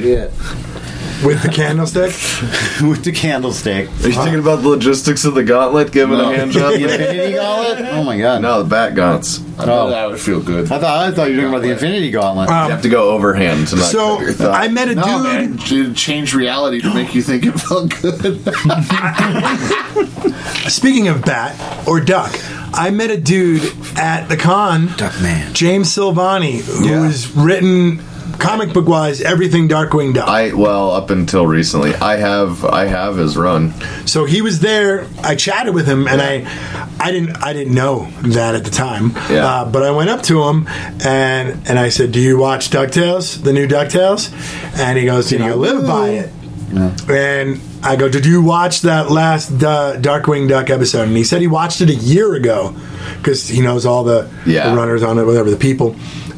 with the candlestick. with the candlestick. Are you thinking about the logistics of the gauntlet giving a hand job? The Infinity Gauntlet? Oh my god! no, the bat gaunts. Oh, I thought that would feel good. I thought I thought you were talking about the Infinity Gauntlet. you have to go overhand to not So cut your thigh. I met a No, dude. man, to change reality to make you think it felt good. Speaking of bat or duck, I met a dude at the con, Duckman. James Silvani, Yeah. who's written comic book wise everything Darkwing Duck. I well up until recently, I have I have his run. so he was there. I chatted with him, and I, I didn't, I didn't know that at the time. Yeah. Uh, but I went up to him, and and I said, "Do you watch Ducktales? The new Ducktales?" And he goes, "You know, I live by it." And I go, "Did you watch that last uh, Darkwing Duck episode?" And he said he watched it a year ago because he knows all the, Yeah. the runners on it, whatever the people.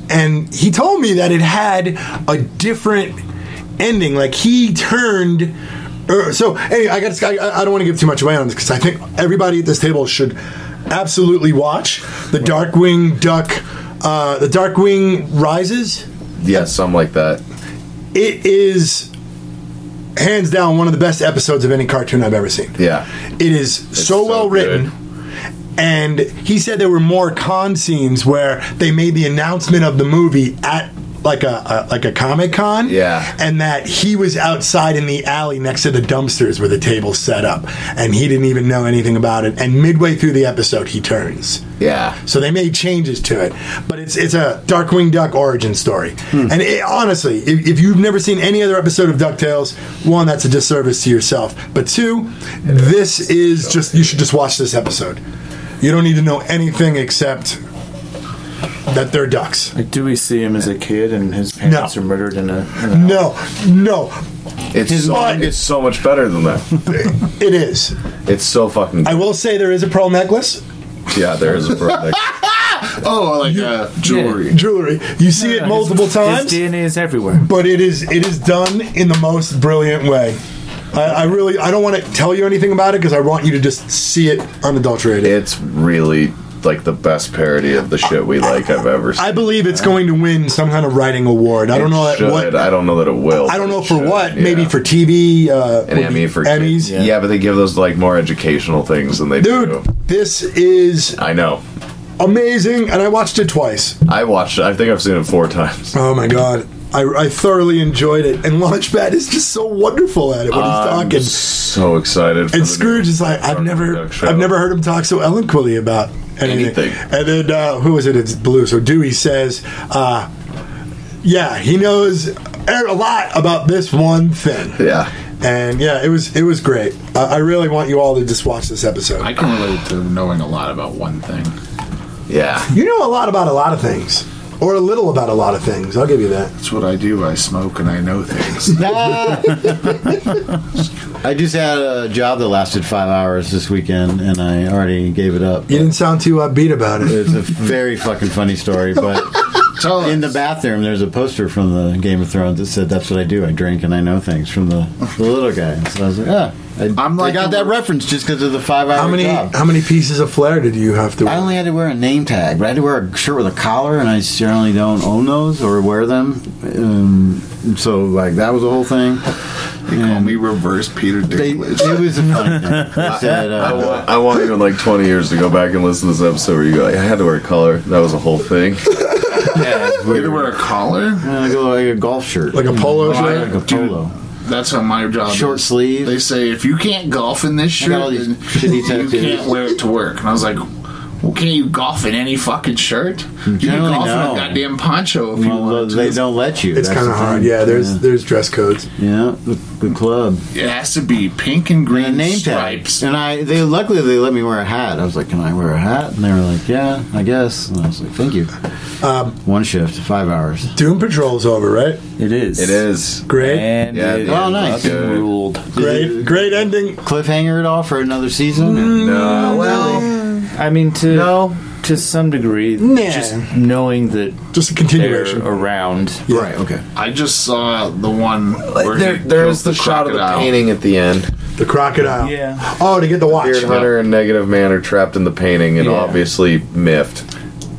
And he told me that it had a different ending. Like he turned. er, so anyway, I got. I, I don't want to give too much away on this because I think everybody at this table should absolutely watch the Darkwing Duck. Uh, the Darkwing Rises. Yeah, something like that. It is hands down one of the best episodes of any cartoon I've ever seen. Yeah. It is so, so well good. written. And he said there were more con scenes where they made the announcement of the movie at like a, a like a comic con. Yeah. And that he was outside in the alley next to the dumpsters where the table's set up and he didn't even know anything about it and midway through the episode he turns. Yeah. So they made changes to it, but it's it's a Darkwing Duck origin story. And it, honestly, if, if you've never seen any other episode of Ducktales, one that's a disservice to yourself, but two, this is just you should just watch this episode. You don't need to know anything except that they're ducks. Like, do we see him as a kid and his parents are murdered in a. In a No, no, It's so, mind- it's so much better than that. it is. It's so fucking I will say there is a pearl necklace, Yeah, there is a product. oh, like uh, jewelry. jewelry. You see it multiple times. His DNA is everywhere. but it is it is done in the most brilliant way. I, I really I don't want to tell you anything about it because I want you to just see it unadulterated. it's really like the best parody of the shit we like I've ever seen. I believe it's going to win some kind of writing award. I don't know Should. that what. I don't know that it will. I don't know It for should, what. yeah. Maybe for TV. Uh, an Emmy for Emmys. Yeah. but they give those like more educational things than they do. Dude, this is I know. amazing, and I watched it twice. I watched. it. I think I've seen it four times. Oh my god, I, I thoroughly enjoyed it, and Launchpad is just so wonderful at it when I'm he's talking. so excited. For the And new Scrooge is like, I've Darkwing never, Duck show. I've never heard him talk so eloquently about anything. Anything. And then uh, who is it? It's Blue. So Dewey says, uh, "Yeah, he knows a lot about this one thing." Yeah. And yeah, it was it was great. I, I really want you all to just watch this episode. I can relate to knowing a lot about one thing. Yeah. you know a lot about a lot of things, or a little about a lot of things. I'll give you that. That's what I do. I smoke and I know things. I just had a job that lasted five hours this weekend, and I already gave it up. You didn't sound too upbeat about it. It's a very fucking funny story, but Tell in the us. bathroom there's a poster from the Game of Thrones that said, "That's what I do. I drink and I know things." From the, the little guy. So I was like, "Ah, I, I'm I'm like like I a- got that reference just because of the five hour How many job." how many pieces of flair did you have to? I only had to wear a name tag, but I had to wear a shirt with a collar, and I generally don't own those or wear them. Um, so, like, that was the whole thing. They call me reverse Peter They, Dinklage. it was a funny thing. They said, I uh, want, I want you in like 20 years to go back and listen to this episode where you go, I had to wear a collar. That was a whole thing. You had to wear a collar. "Uh, go like a golf shirt, like a polo Well, I- shirt. like a Dude, polo. That's how my job. Short is. sleeve. They say if you can't golf in this I got all shirt, these then shitty you tattoos. can't wear it to work. And I was like, Well, can you golf in any fucking shirt? You can Generally, golf no. in a goddamn poncho if you Well, want. they don't let you. It's That's kinda the hard, thing. yeah, there's- There's dress codes. Yeah, the, the club. It has to be pink and green and a name stripes. tag. And I, they luckily they let me wear a hat. I was like, "Can I wear a hat?" And they were like, "Yeah, I guess." And I was like, "Thank you." Um, One shift, five hours. Doom Patrol's over, right? It is. It is great. And Yeah, it oh, is nice. fucking Ruled. Great, great ending. Cliffhanger at all for another season? no. Well, I mean, to to some degree, Nah. just knowing that just a continuation. around. Right. Okay. I just saw the one where There- he there kills is the shot of the crocodile. painting at the end. The crocodile. Yeah. Oh, to get the watch. Beard Hunter and Negative Man are trapped in the painting and obviously miffed.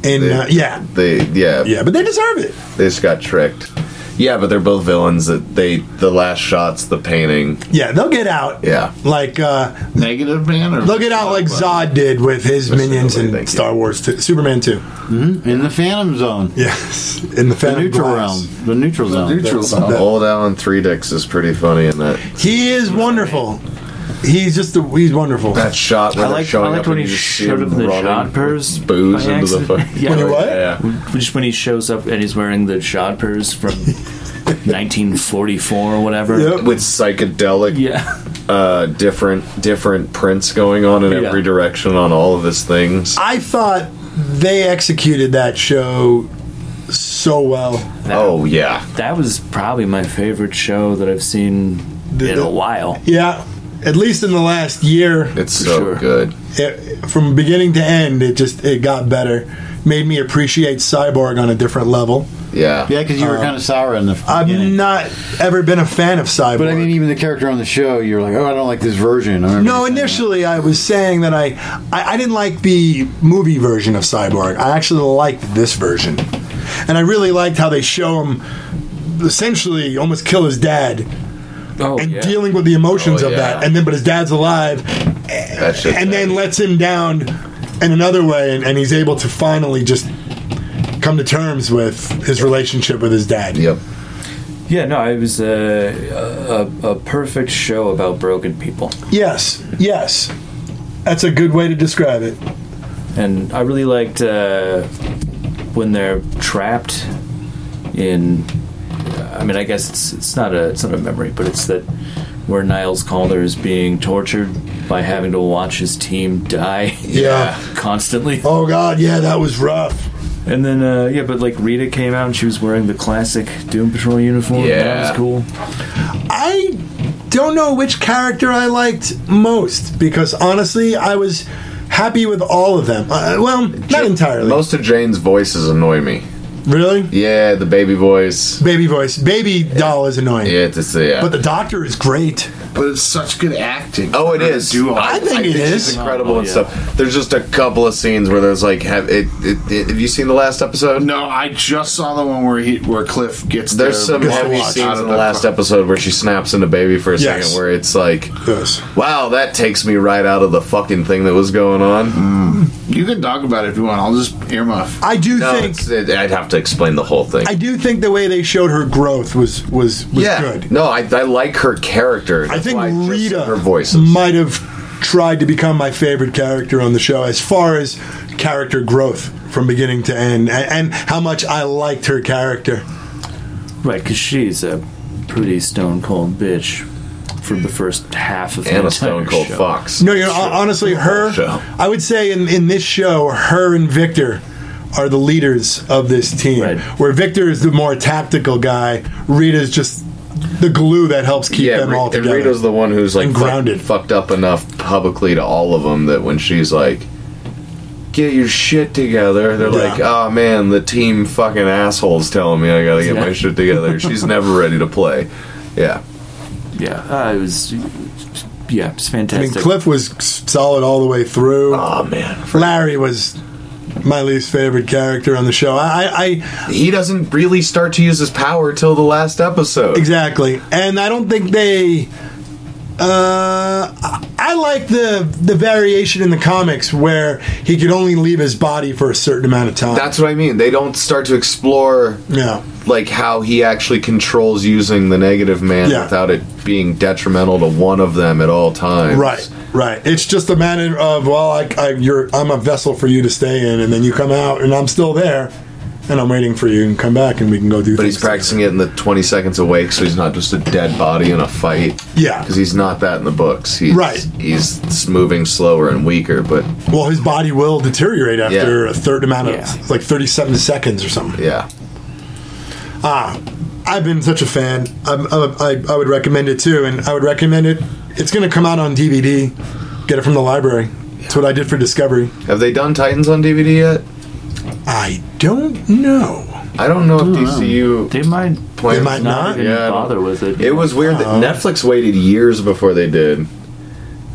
And uh, yeah, they yeah yeah, but they deserve it. They just got tricked. Yeah, but they're both villains. That they the last shot's the painting. Yeah, they'll get out. Yeah. Like uh negative man, or they'll get out like Zod did with his minions in Star Wars, two, Superman two. Mm-hmm. In the Phantom Zone. Yes, in the Phantom neutral Glass. realm. The neutral zone. Old Alan Three Dicks is pretty funny in that. He is wonderful. He's just a, he's wonderful. That shot where I they're like, I showing like up when and he you just see showed him up in the running shot with purse. booze by into the accident. fucking- Yeah. When he what? Yeah. Just when he shows up and he's wearing the shot purse from 1944 or whatever. with psychedelic yeah. uh, different different prints going on in Yeah. every direction on all of his things. I thought they executed that show so well. oh yeah, that was probably my favorite show that I've seen in a while. Yeah, at least in the last year. It's so good. It, from beginning to end, it just it got better. Made me appreciate Cyborg on a different level. Yeah. Yeah, because you were Um, kind of sour in the. I've not ever been a fan of Cyborg. But I mean, even the character on the show, you're like, "Oh, I don't like this version." I remember No, initially I was saying that I, I I didn't like the movie version of Cyborg. I actually liked this version, and I really liked how they show him essentially almost kill his dad, and dealing with the emotions Oh, of that, yeah. and then but his dad's alive, That shit. and then lets him down in another way, and, and he's able to finally just come to terms with his relationship with his dad. Yep. Yeah, no, it was a, a, a perfect show about broken people. Yes. Yes. That's a good way to describe it. And I really liked uh, when they're trapped in. I mean, I guess it's it's not a it's not a memory, but it's that where Niles Calder is being tortured by having to watch his team die. Yeah. constantly. Oh God, yeah, that was rough. And then uh, yeah, but like Rita came out and she was wearing the classic Doom Patrol uniform. that Yeah. was cool. I don't know which character I liked most because honestly, I was happy with all of them. Uh, well, not entirely. Most of Jane's voices annoy me. Really? Yeah, the baby voice. Baby voice, baby doll is annoying. Yeah, it's yeah. But the doctor is great. But it's such good acting. Oh, it is. Do I think it is. It's incredible and stuff. There's just a couple of scenes where there's like, have, it, it, it- have you seen the last episode? No, I just saw the one where he where Cliff gets. There's the some heavy watch out scenes of in the last episode where she snaps into baby for a Yes. second, where it's like, yes. wow, that takes me right out of the fucking thing that was going on. You can talk about it if you want. I'll just earmuff. I do No, think it's- it, I'd have to explain the whole thing. I do think the way they showed her growth was was was yeah, good. no, I, I like her character. I That's think why just Rita her voice. might have tried to become my favorite character on the show as far as character growth from beginning to end a- and how much I liked her character. Right, because she's a pretty stone cold bitch for the first half of the And a entire Stone Cold show. Fox. No, you know, hon- honestly, her. Show. I would say in in this show, her and Victor are the leaders of this team. Where Victor is the more tactical guy, Rita's just the glue that helps keep yeah, them Ri- all and together. Rita's the one who's like And grounded. grounded, fucked up enough publicly to all of them that when she's like, "Get your shit together," they're Yeah. like, "Oh man, the team fucking assholes telling me I gotta get my Yeah. shit together." She's never ready to play. Yeah, Yeah, uh, it was. Yeah, it's I mean, fantastic. Cliff was solid all the way through. Oh man, Larry was my least favorite character on the show. I, I, I he doesn't really start to use his power till the last episode. Exactly, and I don't think they. Uh, I- I like the the variation in the comics where he could only leave his body for a certain amount of time. That's what I mean. They don't start to explore yeah, like how he actually controls using the negative man Yeah. without it being detrimental to one of them at all times. Right, right. It's just a matter of well, I, I, you're, I'm a vessel for you to stay in, and then you come out, and I'm still there, and I'm waiting for you, and come back, and we can go do. But he's practicing it in the 20 seconds awake, so he's not just a dead body in a fight. Yeah. Because he's not that in the books. He's, Right. He's moving slower and weaker, but Well, his body will deteriorate after Yeah. a third amount of Yeah. like 37 seconds or something. Yeah. Ah, I've been such a fan. I'm, I'm, I, I would recommend it too, and I would recommend it. It's going to come out on DVD. Get it from the library. That's what I did for Discovery. have they done Titans on DVD yet? I don't know. I don't know if DCU they might plans might not. Yeah, I don't- bother with it. It was weird that Uh-huh. Netflix waited years before they did,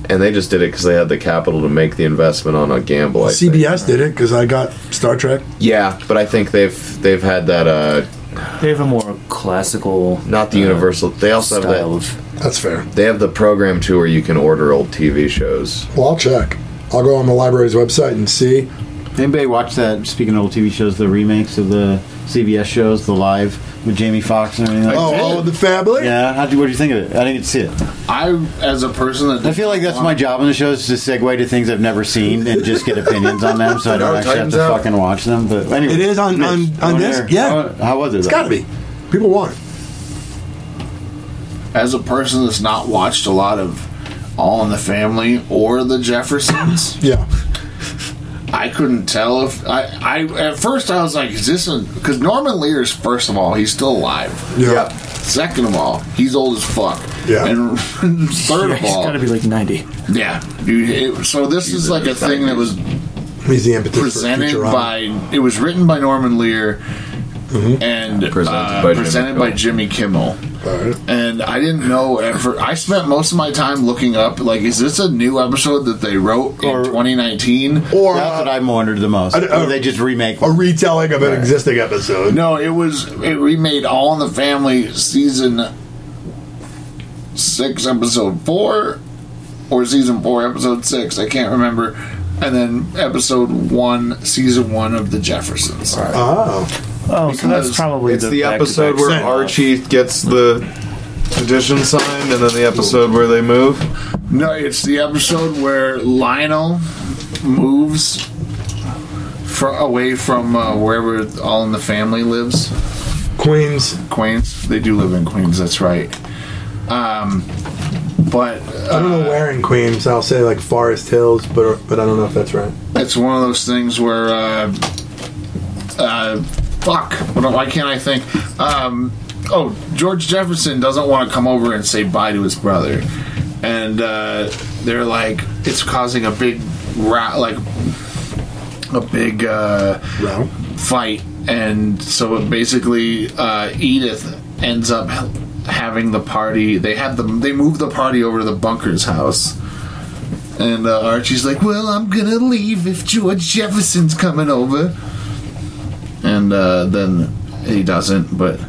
and they just did it because they had the capital to make the investment on a gamble. I think. CBS did it because I got Star Trek. Yeah, but I think they've they've had that. uh They have a more classical, uh, not Uh-huh. the Universal. They also have style that. of That's fair. They have the program too, where you can order old TV shows. Well, I'll check. I'll go on the library's website and see. Anybody watch that? Speaking of old TV shows, the remakes of the CBS shows, the live with Jamie Foxx and everything. Like Oh, all in the family. Yeah, how do, what do you think of it? I didn't see it. I, as a person that I feel like that's my job on the show is to segue to things I've never seen and just get opinions on them, so I don't Our actually have time's to out. fucking watch them. But anyway, It is on- on- Mitch, on you this? wanna- Yeah. how- How was it? It's though? got to be. People want it. as a person that's not watched a lot of All in the Family or The Jeffersons, Yeah. I couldn't tell if I. I at first I was like, "Is this a?" Because Norman Lear's, first of all, he's still alive. Yeah. Second of all, he's old as fuck. Yeah. And third Yeah, of he's all, got to be like ninety. yeah, dude. It, so this is like a thing that was He's the impetus presented for Futurama. by. It was written by Norman Lear. And uh, presented, Mm-hmm. Presented by by, Jimmy Kimmel. Jimmy Kimmel, All right. and I didn't know. At fir- I spent most of my time looking up, like, is this a new episode that they wrote in 2019? Or That's what uh, I'm wondered the most. I don't- Or they just remake. a retelling of an existing episode. No, it was it remade All in the Family season six, episode four, or season four, episode six. I can't remember. And then episode one, season one of The Jeffersons. Oh. Oh, so that's Because probably It's the, back-to-back episode where send-off. Archie gets the petition signed, and then the episode where they move. No, it's the episode where Lionel moves fr away from uh, wherever All in the Family lives. Queens. Queens. They do live in Queens. That's right. Um, but I don't know where in Queens. I'll say like Forest Hills, but but I don't know if that's right. It's one of those things where, uh, uh, fuck, What- why can't I think? Um, oh, George Jefferson doesn't want to come over and say bye to his brother. And uh, they're like, it's causing a big, ra- like, a big uh, Row. fight. And so basically, uh, Edith ends up having the party. They had the they moved the party over to the bunker's house. And uh, Archie's like, "Well, I'm gonna leave if George Jefferson's coming over." And uh, then he doesn't. But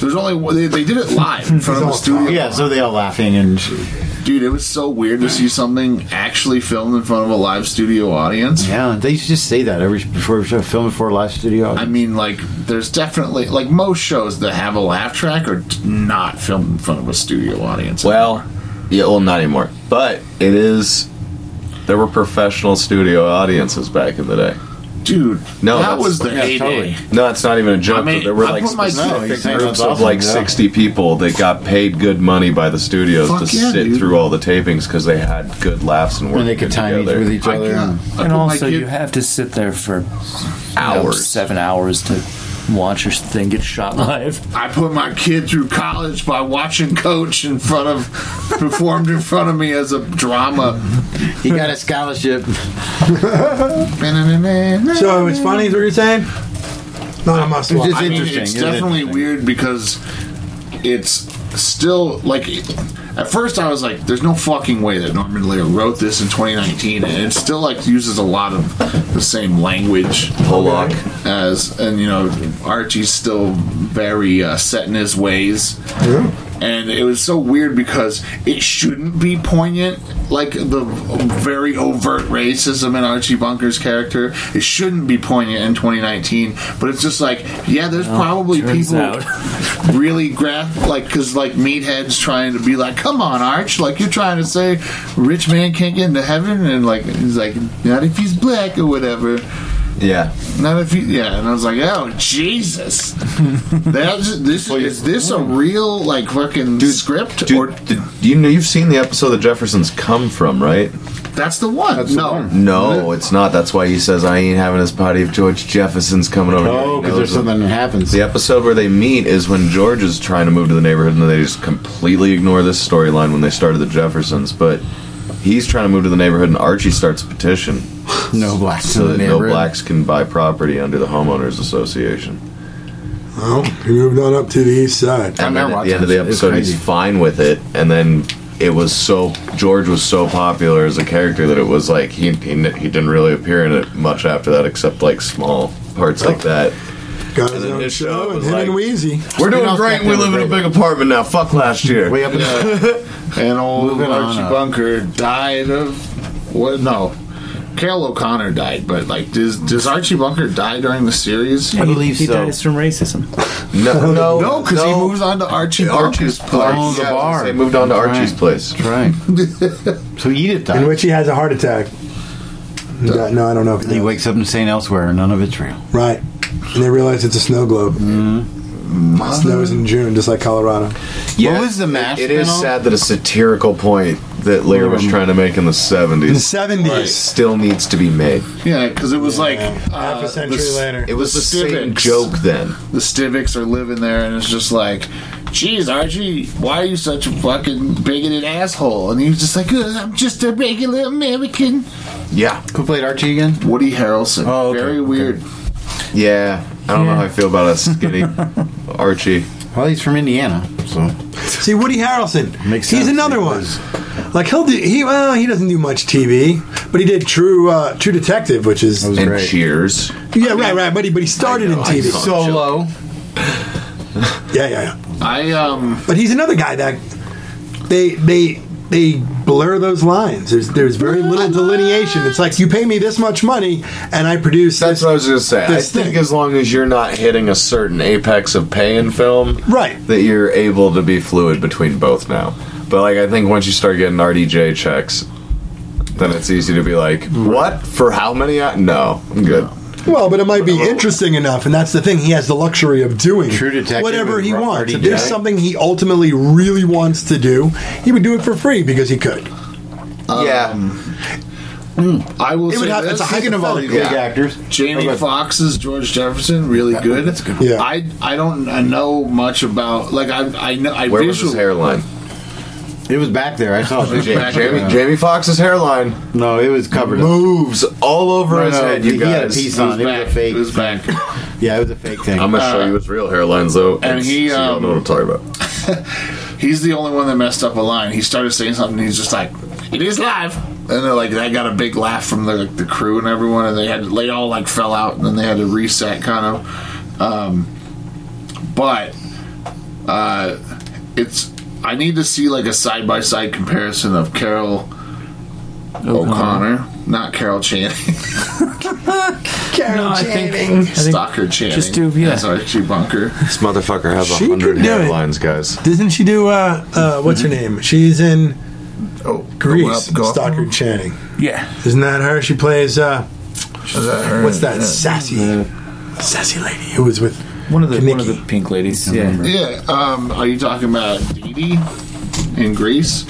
there's only one- they, they did it live in front of the studio. Yeah, so they all laughing and dude, it was so weird to see something actually filmed in front of a live studio audience. yeah, they used to just say that every before every show, film before live studio. I mean, like, there's definitely like most shows that have a laugh track are t- not filmed in front of a studio audience. Well, yeah, well, not anymore. But it is. There were professional studio audiences back in the day. dude, No, that that's- was the yeah, heyday. totally. No, it's not even a joke. I mean, there were I like put my- No, he's specific saying groups that's of awesome, like yeah. sixty people that got paid good money by the studios Fuck to yeah, sit dude. through all the tapings because they had good laughs and worked and they could time each, together. with each I other. can't- I put And my also, kid- you have to sit there for you know, Hours. seven hours to watch your thing get shot live. I put my kid through college by watching Coach in front of performed in front of me as a drama. He got a scholarship. So it's funny, is what you're saying? Not on my It's spot. just- I mean, interesting, it's isn't it? definitely weird because it's still like. At first, I was like, "There's no fucking way that Norman Lear wrote this in 2019," and it still like uses a lot of the same language. Pollock. as and you know Archie's still very uh, set in his ways. and it was so weird because it shouldn't be poignant, like the very overt racism in Archie Bunker's character. It shouldn't be poignant in 2019, but it's just like, yeah, there's Well, probably turns people out. really graph like because like meatheads trying to be like come on arch like you're trying to say rich man can't get into heaven and like he's like not if he's black or whatever Yeah. not if he yeah and i was like oh jesus that's this is this a real like fucking script or Did, you know you've seen the episode that Jefferson's come from, right? that's the one no No, it's not. That's why he says I ain't having this party if George Jefferson's coming over. here." Oh, He 'cause knows there's him. something that happens. The episode where they meet is when George is trying to move to the neighborhood, and they just completely ignore this storyline when they started the Jeffersons. But he's trying to move to the neighborhood, and Archie starts a petition No blacks so in the that no neighborhood. blacks can buy property under the homeowners association. Well, he moved on up to the east side. and then at the end of the episode, he's fine with it. And then it was so George was so popular as a character that it was like he he, n- he didn't really appear in it much after that, except like small parts like that. Got his own show. him and Wheezy. We're doing great. We live in a big apartment now. Fuck last year. Way up in the and old Moving on Archie up. Bunker died of what? No, Carol O'Connor died, but like, does does Archie Bunker die during the series? I believe he so. dies from racism. No, no, No, because he moves on to Archie Archie's Bunker's place. place. Yeah, the I was bar. gonna say, moved on to Archie's Right. place. That's right. so Edith died. In which he has a heart attack. Yeah, no, I don't know. If he wakes up in St. Elsewhere, and none of it's real. Right. And they realize it's a snow globe. It Snows in June, just like Colorado. What was the mash? It is spin-off? sad that a satirical point that Lear was trying to make in the In the '70s 70s. still needs to be made. Yeah, because it was like uh, Half a century the s- later. It was the, The same Civics. joke then. The Stivics are living there, and it's just like, "Geez, Archie, why are you such a fucking bigoted asshole?" And he was just like, "Ugh, "I'm just a regular American." Yeah, Who played Archie again? Woody Harrelson, Oh, okay, very okay. weird. yeah. I don't know how I feel about us skinny Archie. Well, he's from Indiana, so See, Woody Harrelson. Makes He's sense. another one. Like he'll do. He well, he doesn't do much TV, but he did True uh, True Detective, which is was and great. Cheers. yeah, right, right. But he but he started in TV. solo. yeah, yeah, yeah. I um, But he's another guy that they they they blur those lines. There's there's very little delineation. It's like you pay me this much money and I produce. That's this- what I was gonna say. I this think thing. as long as you're not hitting a certain apex of pay in film, Right. that you're able to be fluid between both now. But like, I think once you start getting RDJ checks, then it's easy to be like, what for? How many? I-? No, I'm good. Well, but it might be interesting enough, and that's the thing. He has the luxury of doing True Detective whatever with he Ro- wants. If RDJ. there's something he ultimately really wants to do, he would do it for free because he could. yeah, I will It say would have- this. it's a hypothetical. these Yeah. actors. Jamie Okay. Foxx's George Jefferson really good. That's good. Yeah. I I don't I know much about like I I know I where was visual- his hairline? It was back there. I saw it. Ja- Back Jamie, there. Jamie Fox's hairline No, it was covered. up. moves all over No, his no, head. he You had a guys, piece It was on. It was back. a fake. It was back. yeah, it was a fake thing. I'm gonna show you his real hairlines though, and he, so y'all um, know what I'm talking about. He's the only one that messed up a line. He started saying something. He's just like, "It is live," and they're like, "That got a big laugh from the the crew and everyone." And they had they all like fell out, and then they had to reset kind of. Um, but uh, it's I need to see like a side by side comparison of Carol O'Connor, not Carol Channing, No, I think, I think Stalker Channing. just do- yeah. as Archie Bunker. This motherfucker has She could hundred do it. hairlines, guys. Doesn't she do? Uh, uh, what's her name? She's in Oh, Grease. Stockard Channing. yeah. Isn't that her? She plays. Uh, that her? what's that sassy, sassy lady who was with? One of the one of Nikki. the pink ladies. Yeah. Yeah. Um, are you talking about Dee Dee in Greece?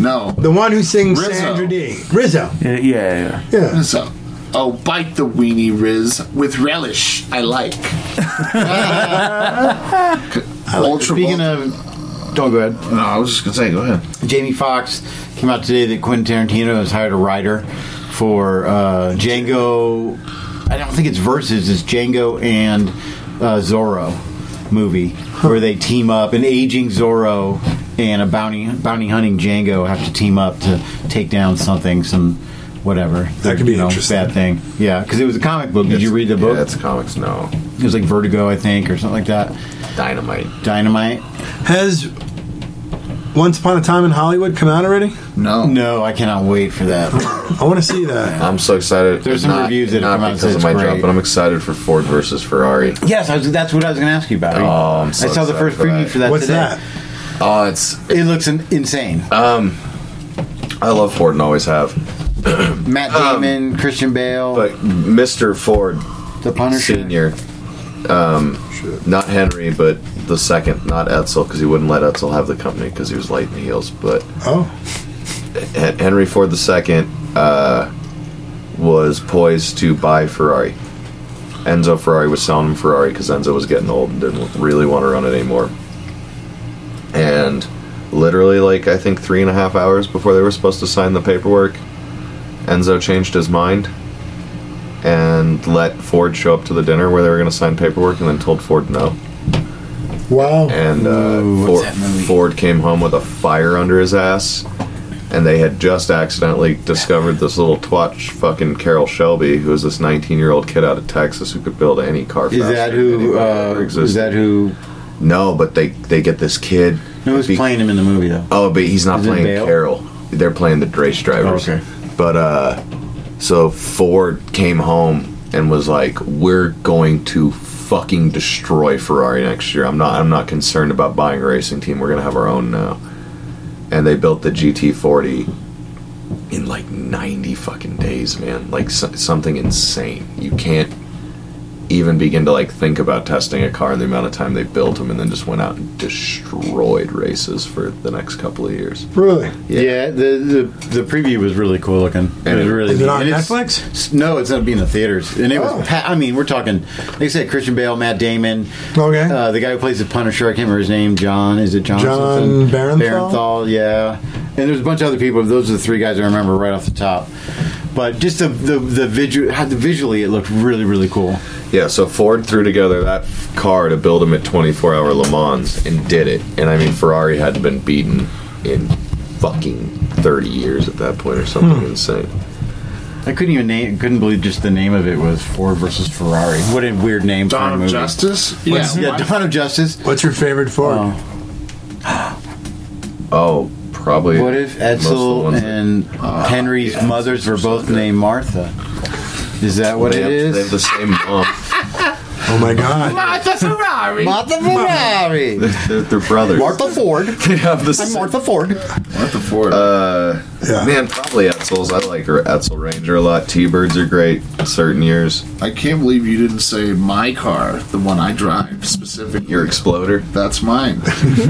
No. The one who sings Rizzo. Sandra D. Rizzo. Yeah, yeah, Yeah. So, oh, bite the weenie, Riz, with relish. I like. Ultra. Speaking of, don't go ahead. no, I was just gonna say. Go ahead. Jamie Foxx came out today that Quentin Tarantino has hired a writer for uh, Django. I don't think it's versus. It's Django and uh, Zorro movie where they team up. An aging Zorro and a bounty bounty hunting Django have to team up to take down something. Some whatever That could be you know, interesting. bad thing. Yeah, because it was a comic book. Did you read the book? Yeah, it's comics. No, it was like Vertigo, I think, or something like that. dynamite. Dynamite. Has Once Upon a Time in Hollywood come out already? No. No, I cannot wait for that. I want to see that. I'm so excited. There's some reviews that not have come out because that of it's my job, great. but I'm excited for Ford versus Ferrari. Yes, I was, that's what I was going to ask you about. Oh, I'm so I saw the excited first for preview that. for that What's today. that? Oh, it's It looks in, insane. um, I love Ford and always have, Matt Damon, Christian Bale, um, but Mr. Ford the Punisher. Senior, um, not Henry, but the second, not Etzel, because he wouldn't let Etzel have the company because he was late in the heels, but. Oh, Hen- Henry Ford II uh, was poised to buy Ferrari. Enzo Ferrari was selling him Ferrari because Enzo was getting old and didn't really want to run it anymore. And literally, like, I think three and a half hours before they were supposed to sign the paperwork, Enzo changed his mind and let Ford show up to the dinner where they were going to sign paperwork and then told Ford no wow. and uh, Ooh, what's Ford, that movie? Ford came home with a fire under his ass, and they had just accidentally discovered this little twatch, fucking Carol Shelby, who was this 19-year-old kid out of Texas who could build any car. Is faster that than who? anybody Uh, ever is that who? existed. No, but they they get this kid. No, who's Be- playing him in the movie though? Oh, but he's not Is it playing Bale? Carol. They're playing the race drivers. Okay. But uh, so Ford came home and was like, "We're going to fucking destroy Ferrari next year. I'm not. I'm not concerned about buying a racing team. We're gonna have our own now." And they built the GT40 in like 90 fucking days, man. Like so- something insane. You can't even begin to like think about testing a car and the amount of time they built them and then just went out and destroyed races for the next couple of years. Really? Yeah, the, the the preview was really cool looking. It was really Is it neat. on And it's- Netflix? s- No, it's not being in the theaters. And it Oh. was, pa- I mean, we're talking, like I said, Christian Bale, Matt Damon. Okay. Uh, the guy who plays the Punisher, I can't remember his name. John, is it John? John something? Barenthal? Barenthal, yeah. And there's a bunch of other people. Those are the three guys I remember right off the top. But just the the, the visual, how the visually, it looked really really cool. Yeah, so Ford threw together that f- car to build him at 24 hour Le Mans and did it. And I mean, Ferrari hadn't been beaten in fucking 30 years at that point or Hmm. something insane. I couldn't even name, couldn't believe just the name of it was Ford versus Ferrari. What a weird name for a Dawn of movie. Justice? Yeah, Dawn of Justice. What's your favorite Ford? Oh. Oh, probably. What if most of the Edsel ones that- Ah, and uh, Henry's mothers were both named Martha? Is that what they it have, is? They have the same mom. Oh my God. Martha Ferrari. Martha Ferrari. They're, they're brothers. Martha Ford. They have the I'm same. Martha Ford. Martha Ford. Uh, Yeah. Man, probably Etzel's. I like her Etzel Ranger a lot. T Birds are great certain years. I can't believe you didn't say my car, the one I drive specifically. Your Exploder. That's mine.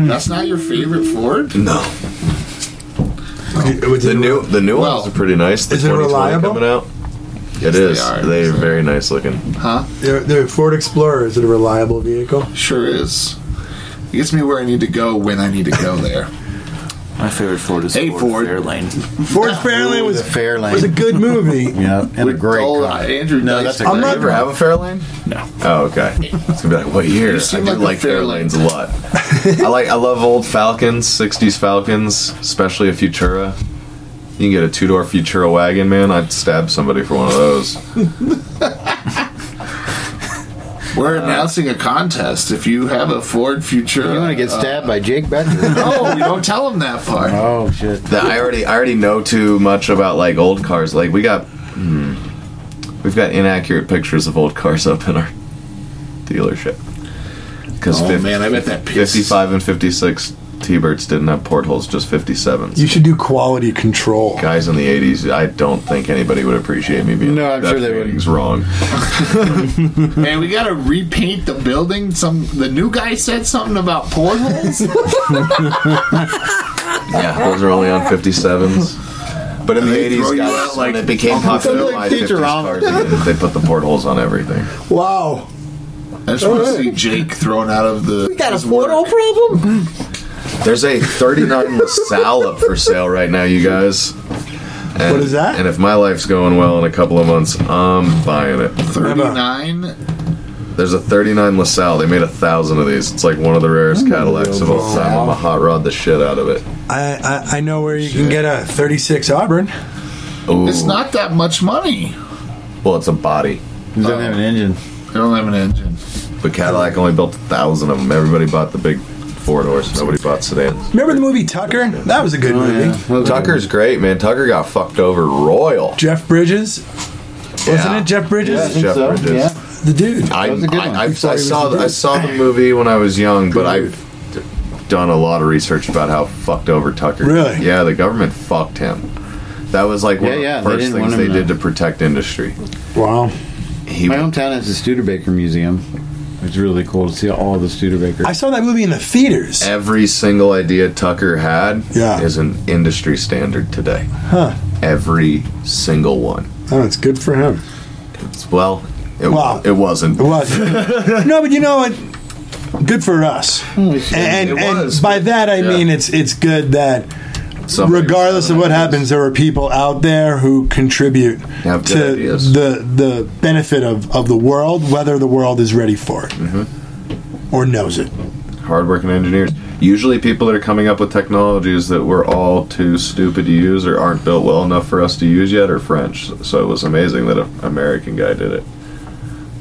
That's not your favorite Ford? No. Would you- would The you- new the new Well, ones are pretty nice. The is it 2020 reliable? coming out. It they is. are. They are very nice looking. Huh? Their, their Ford Explorer is it a reliable vehicle? Sure is. It gets me where I need to go when I need to go there. My favorite Ford is Hey, Ford. Ford Fairlane. Ford Fairlane was The Fairlane. was a good movie. yeah, and a great Gold car. Andrew No, Dice that's a Clay. I'm You not- ever have a Fairlane? No. Oh, okay. It's gonna be like what year? I seem do like a like Fairlane. Fairlanes a lot. I like I love old Falcons, '60s Falcons, especially a Futura. You can get a two door Futura wagon, man. I'd stab somebody for one of those. We're announcing a contest. If you have a Ford Futura, You want to get stabbed by Jake Becker? no, you don't tell them that part. oh shit. That I already I already know too much about like old cars. Like we got hmm, we've got inaccurate pictures of old cars up in our dealership. Because Oh, man, I bet that piece- 55 and 56 T-Birds didn't have portholes, just 57s. You should do quality control. Guys in the 80s, I don't think anybody would appreciate me being No, I'm that sure they painting's wrong. Man, we gotta repaint the building. Some the new guy said something about portholes. Yeah, those are only on 57s. But in the They throw 80s, you guys, out when like- it became popular, to buy like 50s Futurama. cars again, they put the portholes on everything. Wow. I just want to see Jake thrown out of the. We got a portal. There's a 39 LaSalle up for sale right now, you guys. And, What is that? And if my life's going well in a couple of months, I'm buying it. Thirty-nine. There's a 39 LaSalle. They made a thousand of these. It's like one of the rarest Mm. Cadillacs of all time. I'm a hot rod the shit out of it. I, I, I know where you can get a 36 Auburn. Ooh. It's not that much money. Well, it's a body. He doesn't have an engine. I don't have an engine. But Cadillac only built a thousand of them. Everybody bought the big Four doors. Nobody bought sedans. Remember the movie Tucker? That was a good movie. Tucker's great, man. Tucker got fucked over royal. Jeff Bridges. Wasn't it Jeff Bridges? Yeah, I think Jeff so, Bridges. yeah. The dude. I, I, I, I Before he was saw a the, I dude. saw the movie when I was young, but I've d- done a lot of research about how fucked over Tucker. Really? Yeah, the government fucked him. That was like one Yeah, yeah, of they the first didn't things want they him did to- to protect industry. Wow. My hometown has a Studebaker Museum. It's really cool to see all the Studebaker. I saw that movie in the theaters. Every single idea Tucker had Yeah. is an industry standard today. Huh. Every single one. Oh, it's good for him. It's- well, it, Wow. it wasn't. It was. no, but you know what? Good for us. And, It and was. by that I Yeah. mean it's it's good that Somebody regardless of what happens, there are people out there who contribute Have good to ideas. the the benefit of, of the world, whether the world is ready for it or knows it. hardworking engineers. Usually, people that are coming up with technologies that we're all too stupid to use or aren't built well enough for us to use yet are French. So it was amazing that an American guy did it.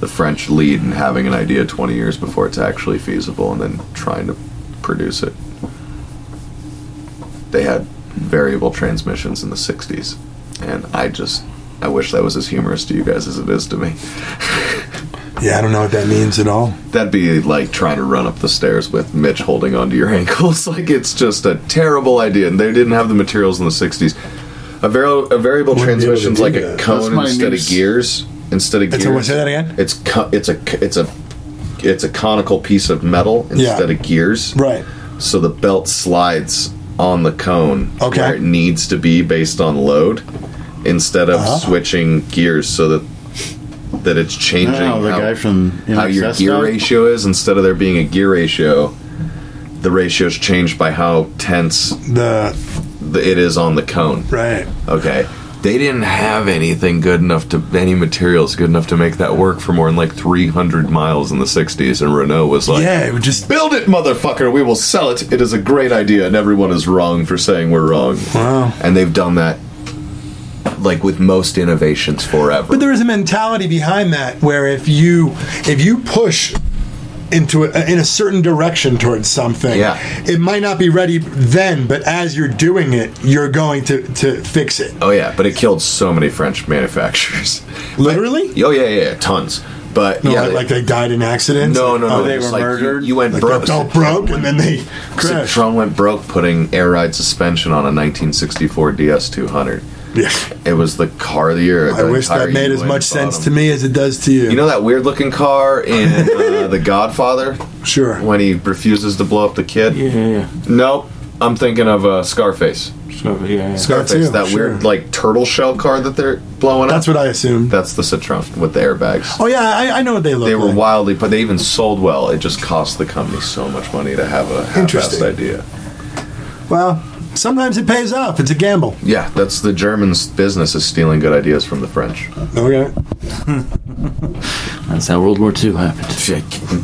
The French lead in having an idea 20 years before it's actually feasible and then trying to produce it. They had variable transmissions in the 60s, and I just. I wish that was as humorous to you guys as it is to me. Yeah, I don't know what that means at all. That'd be like trying to run up the stairs with Mitch holding onto your ankles. Like it's just a terrible idea. And they didn't have the materials in the '60s. A, vari- a variable Wouldn't be able to transmission's do like a that. cone That's my instead news. of gears. Instead of It's gears, a- say that again? It's co- it's a it's a it's a conical piece of metal Yeah. instead of gears. Right. So the belt slides on the cone Okay. where it needs to be based on load, instead of Uh-huh. switching gears so that that it's changing No, the how- guy from how your NXS gear guy? ratio is instead of there being a gear ratio the ratio's changed by how tense The the, it is on the cone right. okay they didn't have anything good enough to any materials good enough to make that work for more than like 300 miles in the 60s and renault was like yeah, it would just build it motherfucker we will sell it it is a great idea and everyone is wrong for saying we're wrong Wow. and they've done that like with most innovations forever But there is a mentality behind that where if you if you push into a, in a certain direction towards something, Yeah. it might not be ready then, but as you're doing it, you're going to to fix it. Oh yeah, but it killed so many French manufacturers. Literally? oh yeah, yeah, yeah, tons. But No, yeah, like, like they died in accidents. no, no, no. Oh, it they was were like, you- murdered. You, went Like broke. their belt broke, and then they crashed. Citroen went broke putting air ride suspension on a 1964 DS200. Yeah. It was the car of the year. I wish that made as much sense to me as it does to you. You know that weird looking car in uh, The Godfather sure. when he refuses to blow up the kid? Yeah, Nope. I'm thinking of uh, Scarface. yeah. So, yeah, yeah. Scarface, too, that sure. weird like turtle shell car that they're blowing up. That's what I assumed. That's the Citroen with the airbags. Oh yeah, I, I know what they look. They were like. wildly, but they even sold well. It just cost the company so much money to have a half-assed Interesting. idea. Well, sometimes it pays off. It's a gamble. Yeah, that's the Germans' business is stealing good ideas from the French. Okay. That's how World War II happened.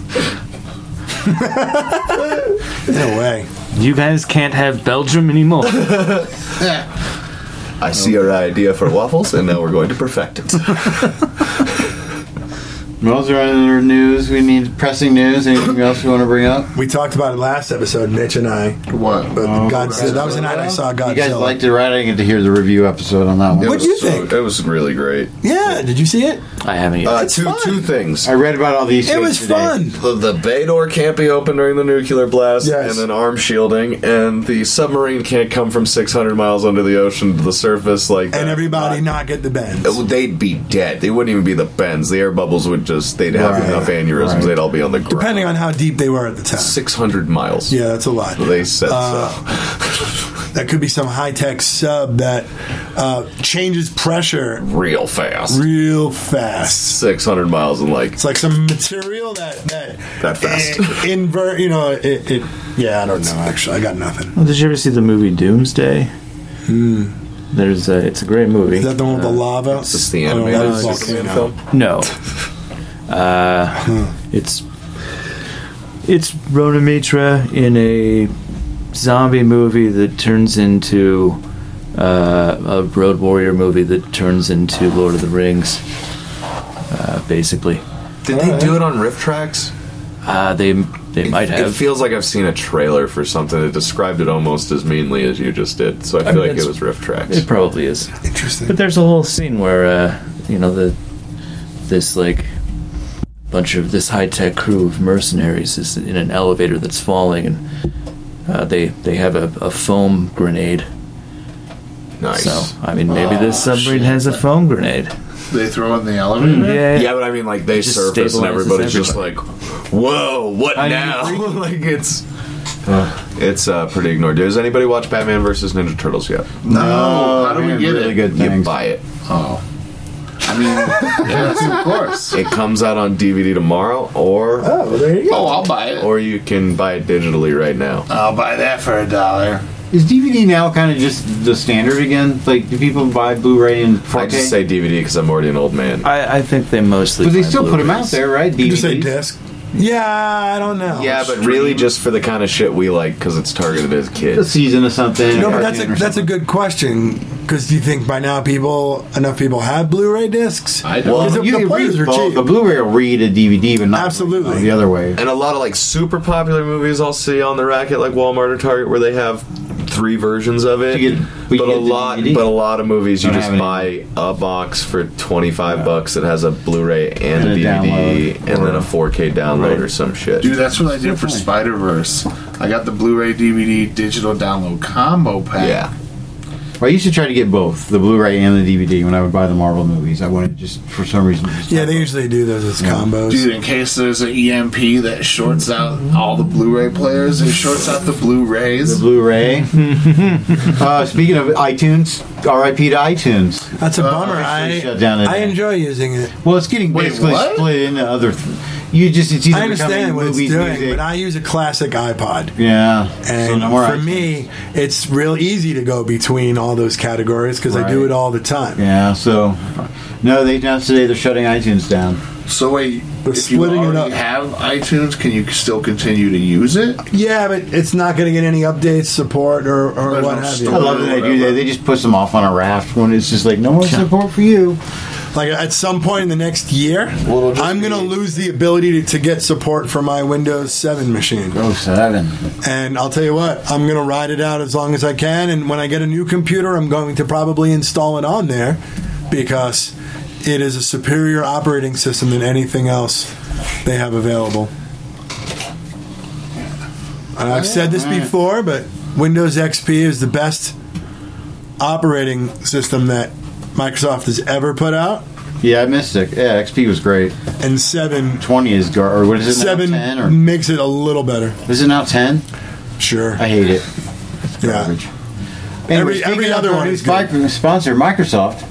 No way. You guys can't have Belgium anymore. I see your idea for waffles, and now we're going to perfect it. What else are other news? We need pressing news. Anything else you want to bring up? We talked about it last episode, Mitch and I. What? But Godzilla. That was the night I saw Godzilla. You guys liked it, right? I get to hear the review episode on that one. It What'd was you so- think? It was really great. Yeah. Did you see it? I haven't yet. Uh, It's two fun. two things. I read about all these. It was fun. The, the bay door can't be open during the nuclear blast, Yes. and then arm shielding, and the submarine can't come from 600 miles under the ocean to the surface like And that. everybody not get the bends. Well, They'd be dead. They wouldn't even be the bends. The air bubbles would just, they'd have Right. enough aneurysms, they'd all be on the ground. Depending on how deep they were at the time. 600 miles. Yeah, that's a lot. They said Uh, That could be some high tech sub that uh, changes pressure so. Real fast. real fast. 600 miles in like, It's like some material that that That fast. eh, invert. You know, it, it. Yeah, I don't know. Actually, I got nothing. Well, Uh, did you ever see the movie Doomsday? Hmm. There's a, it's a great movie. Is that the one with the lava? it's just the Oh, animated that is Superman volcano. film. No. Uh, it's it's Rona Mitra in a zombie movie that turns into uh, a Road Warrior movie that turns into Lord of the Rings. Uh, basically, Did they do it on riff tracks? Uh, they they might It have. feels like I've seen a trailer for something that described it almost as meanly as you just did, so I I feel mean, like it's- it was Riff Tracks. It probably is. Interesting. But there's a whole scene where uh, you know the this like bunch of this high tech crew of mercenaries is in an elevator that's falling, and uh, they they have a, a foam grenade. Nice. So I mean, maybe Oh, this submarine has a foam grenade. They throw in the elevator. Mm, yeah. Yeah, but I mean, like they Just surface and stabilizes everybody's just like, everybody. "Whoa, what I now?" agree. like it's it's uh, pretty ignored. Does anybody watch Batman versus Ninja Turtles yet? No, how do we man, get really it? good You things. buy it. Oh, I mean, yes, of course. It comes out on DVD tomorrow, or Oh, there you go. Oh, I'll buy it. or you can buy it digitally right now. I'll buy that for a dollar. Is DVD now kind of just the standard again? Like, do people buy Blu-ray and 4K? I just say DVD because I'm already an old man. I, I think they mostly. but they buy still put them out Blu-rays. there, right? You just say DVDs? disc. Yeah, I don't know. yeah, but really just for the kind of shit we like because it's targeted at A kids. season of something. No, a but that's a, cartoon or that's a something. good question because do you think by now people enough people have Blu-ray discs? I don't. Because You the, the can players read are both. cheap. The Blu-ray will read a DVD, but not Absolutely. the other way. And a lot of like super popular movies I'll see on the rack at like Walmart or Target where they have three versions of it. You get- but but you a get the lot, DVD. but a lot of movies you Don't just have buy a box for twenty five bucks that has a Blu-ray and, And a a DVD download. and then a four K download Right. or some shit. Dude, that's what I did for Spider Verse. I got the Blu-ray, DVD, digital download combo pack. yeah, Well, I used to try to get both the Blu-ray and the DVD when I would buy the Marvel movies. I wanted just for some reason. Just Yeah, they usually do those as combos. Dude, in case there's an EMP that shorts out all the Blu-ray players, it shorts out the the Blu-rays. Blu-ray. uh, speaking of iTunes, R.I.P. to iTunes. That's a Uh, bummer. I, officially shut down I today. enjoy using it. Well, it's getting Wait, basically what? split into other. Th- you just it's either I understand becoming what it's movies, doing, music. but I use a classic iPod. yeah, And no more for iTunes. me, it's real easy to go between all those categories because I do Right. it all the time. yeah. So, no, they announced today they're shutting iTunes down. So wait, They're if splitting you it already up. have iTunes, can you still continue to use it? Yeah, but it's not going to get any updates, support, or, or There's what no have I store. you. love that they do that. They just push them off on a raft when it's just like no more support for you. Like at some point in the next year, it'll just I'm going to be- lose the ability to, to get support for my Windows 7 machine. Oh seven. And I'll tell you what, I'm going to ride it out as long as I can. And when I get a new computer, I'm going to probably install it on there because it is a superior operating system than anything else they have available. And I've said this before, but Windows XP is the best operating system that Microsoft has ever put out. Yeah, I missed it. Yeah, XP was great. And 7, Twenty is gar- or what is it? now, ten 7 or makes it a little better. is it now ten? Sure. I hate it. Yeah. Every- speaking every of other our one new is good. spi- sponsor Microsoft.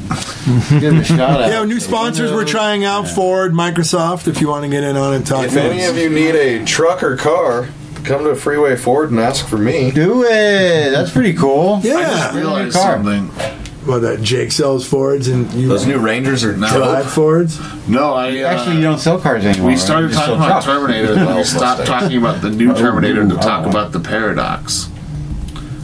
Give them a shout out. Yeah, new sponsors we're trying out Ford, Microsoft. If you want to get in on it, talk If any of to us. you need a truck or car, come to Freeway Ford and ask for me. Do it. That's pretty cool. I just Yeah, realized Car. something. well, that Jake sells Fords and you Those new Rangers are drive dope. Fords. No, I uh, Actually, you don't sell cars anymore. We right? started You just talking sell about trucks. Terminator, then we Well, stopped Mustang. talking about the new Terminator to oh, talk oh. about the paradox.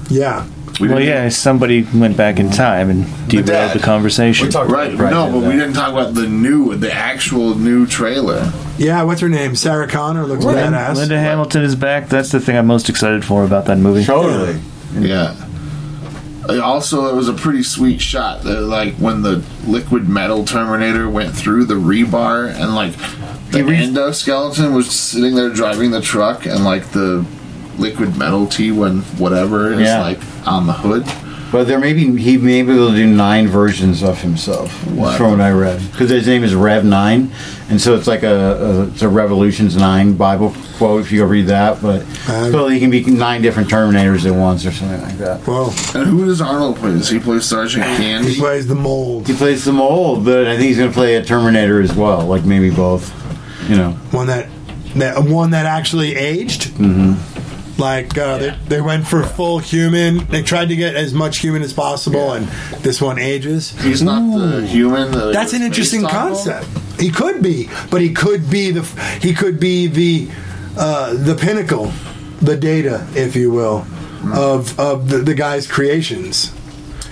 Yeah, We Well, didn't- yeah, somebody went back in time and derailed dad. the conversation. We talked Right, about no, it. but we didn't talk about the new, the actual new trailer. yeah. What's her name? Sarah Connor looks Lin- badass. Linda Hamilton is back. That's the thing I'm most excited for about that movie. Totally. Yeah. Uh, Also, it was a pretty sweet shot. That, like when the liquid metal Terminator went through the rebar, and like the He re- endoskeleton was sitting there driving the truck, and like the liquid metal T when whatever is Yeah. like on the hood. But there may be he may be able to do nine versions of himself Wow. from what I read because his name is Rev Nine, and so it's like a, a it's a Revolutions Nine Bible quote if you go read that. But Um, so he can be nine different Terminators at once or something like that. Whoa, And who does Arnold play? Does he play Sergeant he Candy? plays the mold. He plays the old, but I think he's going to play a Terminator as well, like maybe both. You know, One that that one that actually aged. Like uh, they, they went for full human. They tried to get as much human as possible, and this one ages. He's not the human. That it That's an was interesting based off of? concept. He could be, but he could be the he could be the uh, the pinnacle, the data, if you will, Hmm. of of the, the guy's creations.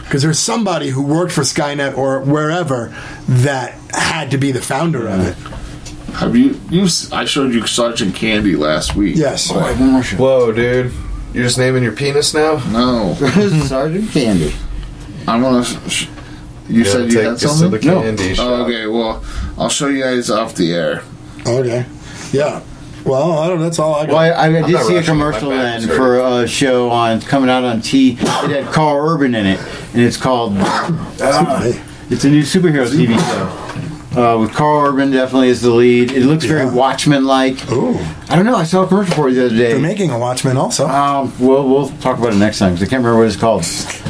Because there's somebody who worked for Skynet or wherever that had to be the founder of it. Have you you? s- I showed you Sergeant Candy last week. Yes. Oh, Whoa, dude. You're just naming your penis now? No. Sergeant Candy. I'm gonna. Sh- sh- you Yeah, said you take had us to something. the candy no. shop. Oh, okay. Well, I'll show you guys off the air. Okay. Yeah. Well, I don't. That's all I got. Well, I, I I'm did not see rushing a it. My commercial back's then hurting. for a show on coming out on T. It had Carl Urban in it, and it's called. Uh, it's a new superhero TV show uh, with Carl Urban definitely as the lead. It looks very Yeah. Watchmen-like. Ooh, I don't know. I saw a commercial for it the other they're day. making a Watchmen also. Um, we'll we'll talk about it next time 'cause I can't remember what it's called.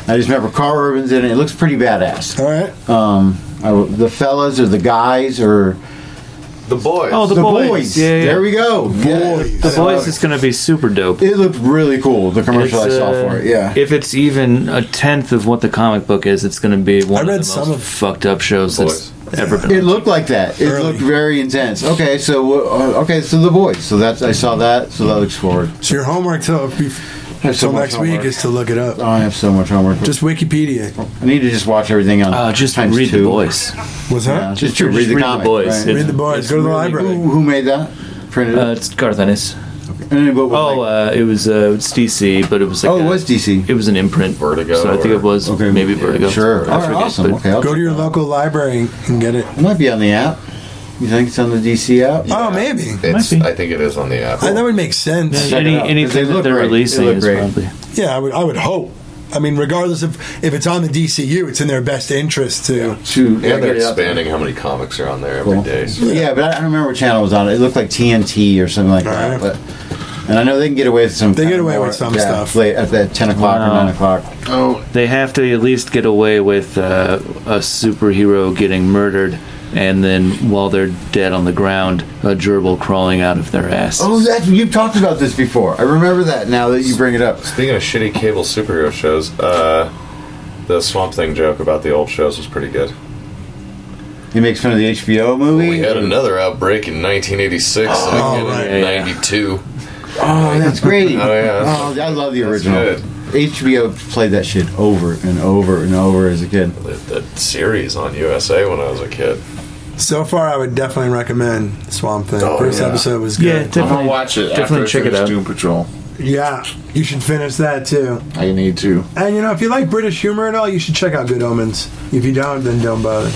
I just remember Carl Urban's in it. It looks pretty badass. all right. Um, I, the fellas or the guys or The boys. Oh, the, boys. Yeah, yeah. There we go. Uh, Boys. The boys is going to be super dope. It looked really cool. The commercial It's, I saw uh, for it. Yeah. If it's even a tenth of what the comic book is, it's going to be one I read of the some most of- fucked up shows that's ever been. It looked like that. It Early. looked very intense. Okay, so uh, okay, so the boys. So that's I saw that. So that looks forward. So your homework till, have so till much next homework. week is to look it Oh, up. I have so much homework. Just Wikipedia. I need to just watch everything on. Uh, just times read two. the boys. What's Yeah, that? just, to Just read the read the comic, boys. right? It's- Read the boys. it's Go to the really library. Who, who made that? Printed. Uh, it? it's Garth Ennis. And it was Oh, like- uh, it was uh, it's DC, but it was like oh, a- it was DC. It was an imprint. Vertigo So I think or- it was maybe Vertigo. Sure. I All right, forget, awesome. but- Okay, I'll Go to check your that out. local library and- and get it. It might be on the app. You think it's on the DC app? Oh, maybe. It's, Might be. I think it is on the app. I- that would make sense. Yeah. Check Any, it out, 'cause they anything that look they're great. They releasing look is great. probably. Yeah, I would. I would hope. I mean, regardless of if it's on the DCU, it's in their best interest to. To And they're get it out there. expanding how many comics are on there every Cool. day. so- Yeah, but I don't remember what channel it was on. It looked like TNT or something like that. Alright. But and I know they can get away with some. They kind get of away more- with some yeah, stuff. late at that ten o'clock or Wow. nine o'clock. Oh, They have to at least get away with uh, a superhero getting murdered, and then while they're dead on the ground, a gerbil crawling out of their ass. Oh, that you've talked about this before. I remember that now that you bring it up. Speaking of shitty cable superhero shows, uh, the Swamp Thing joke about the old shows was pretty good. He makes fun of the HBO movie. We had another outbreak in 1986 and again right. in 92. oh, that's great. Oh, yeah. Oh, I love the That's original. good. HBO played that shit over and over and over as a kid. The, the series on USA when I was a kid. So far, I would definitely recommend Swamp Thing. Oh, First yeah. episode was yeah, good. I'm definitely gonna watch it. Definitely after I check it finish out. Doom Patrol. Yeah, you should finish that too. I need to. And you know, if you like British humor at all, you should check out Good Omens. If you don't, then don't bother.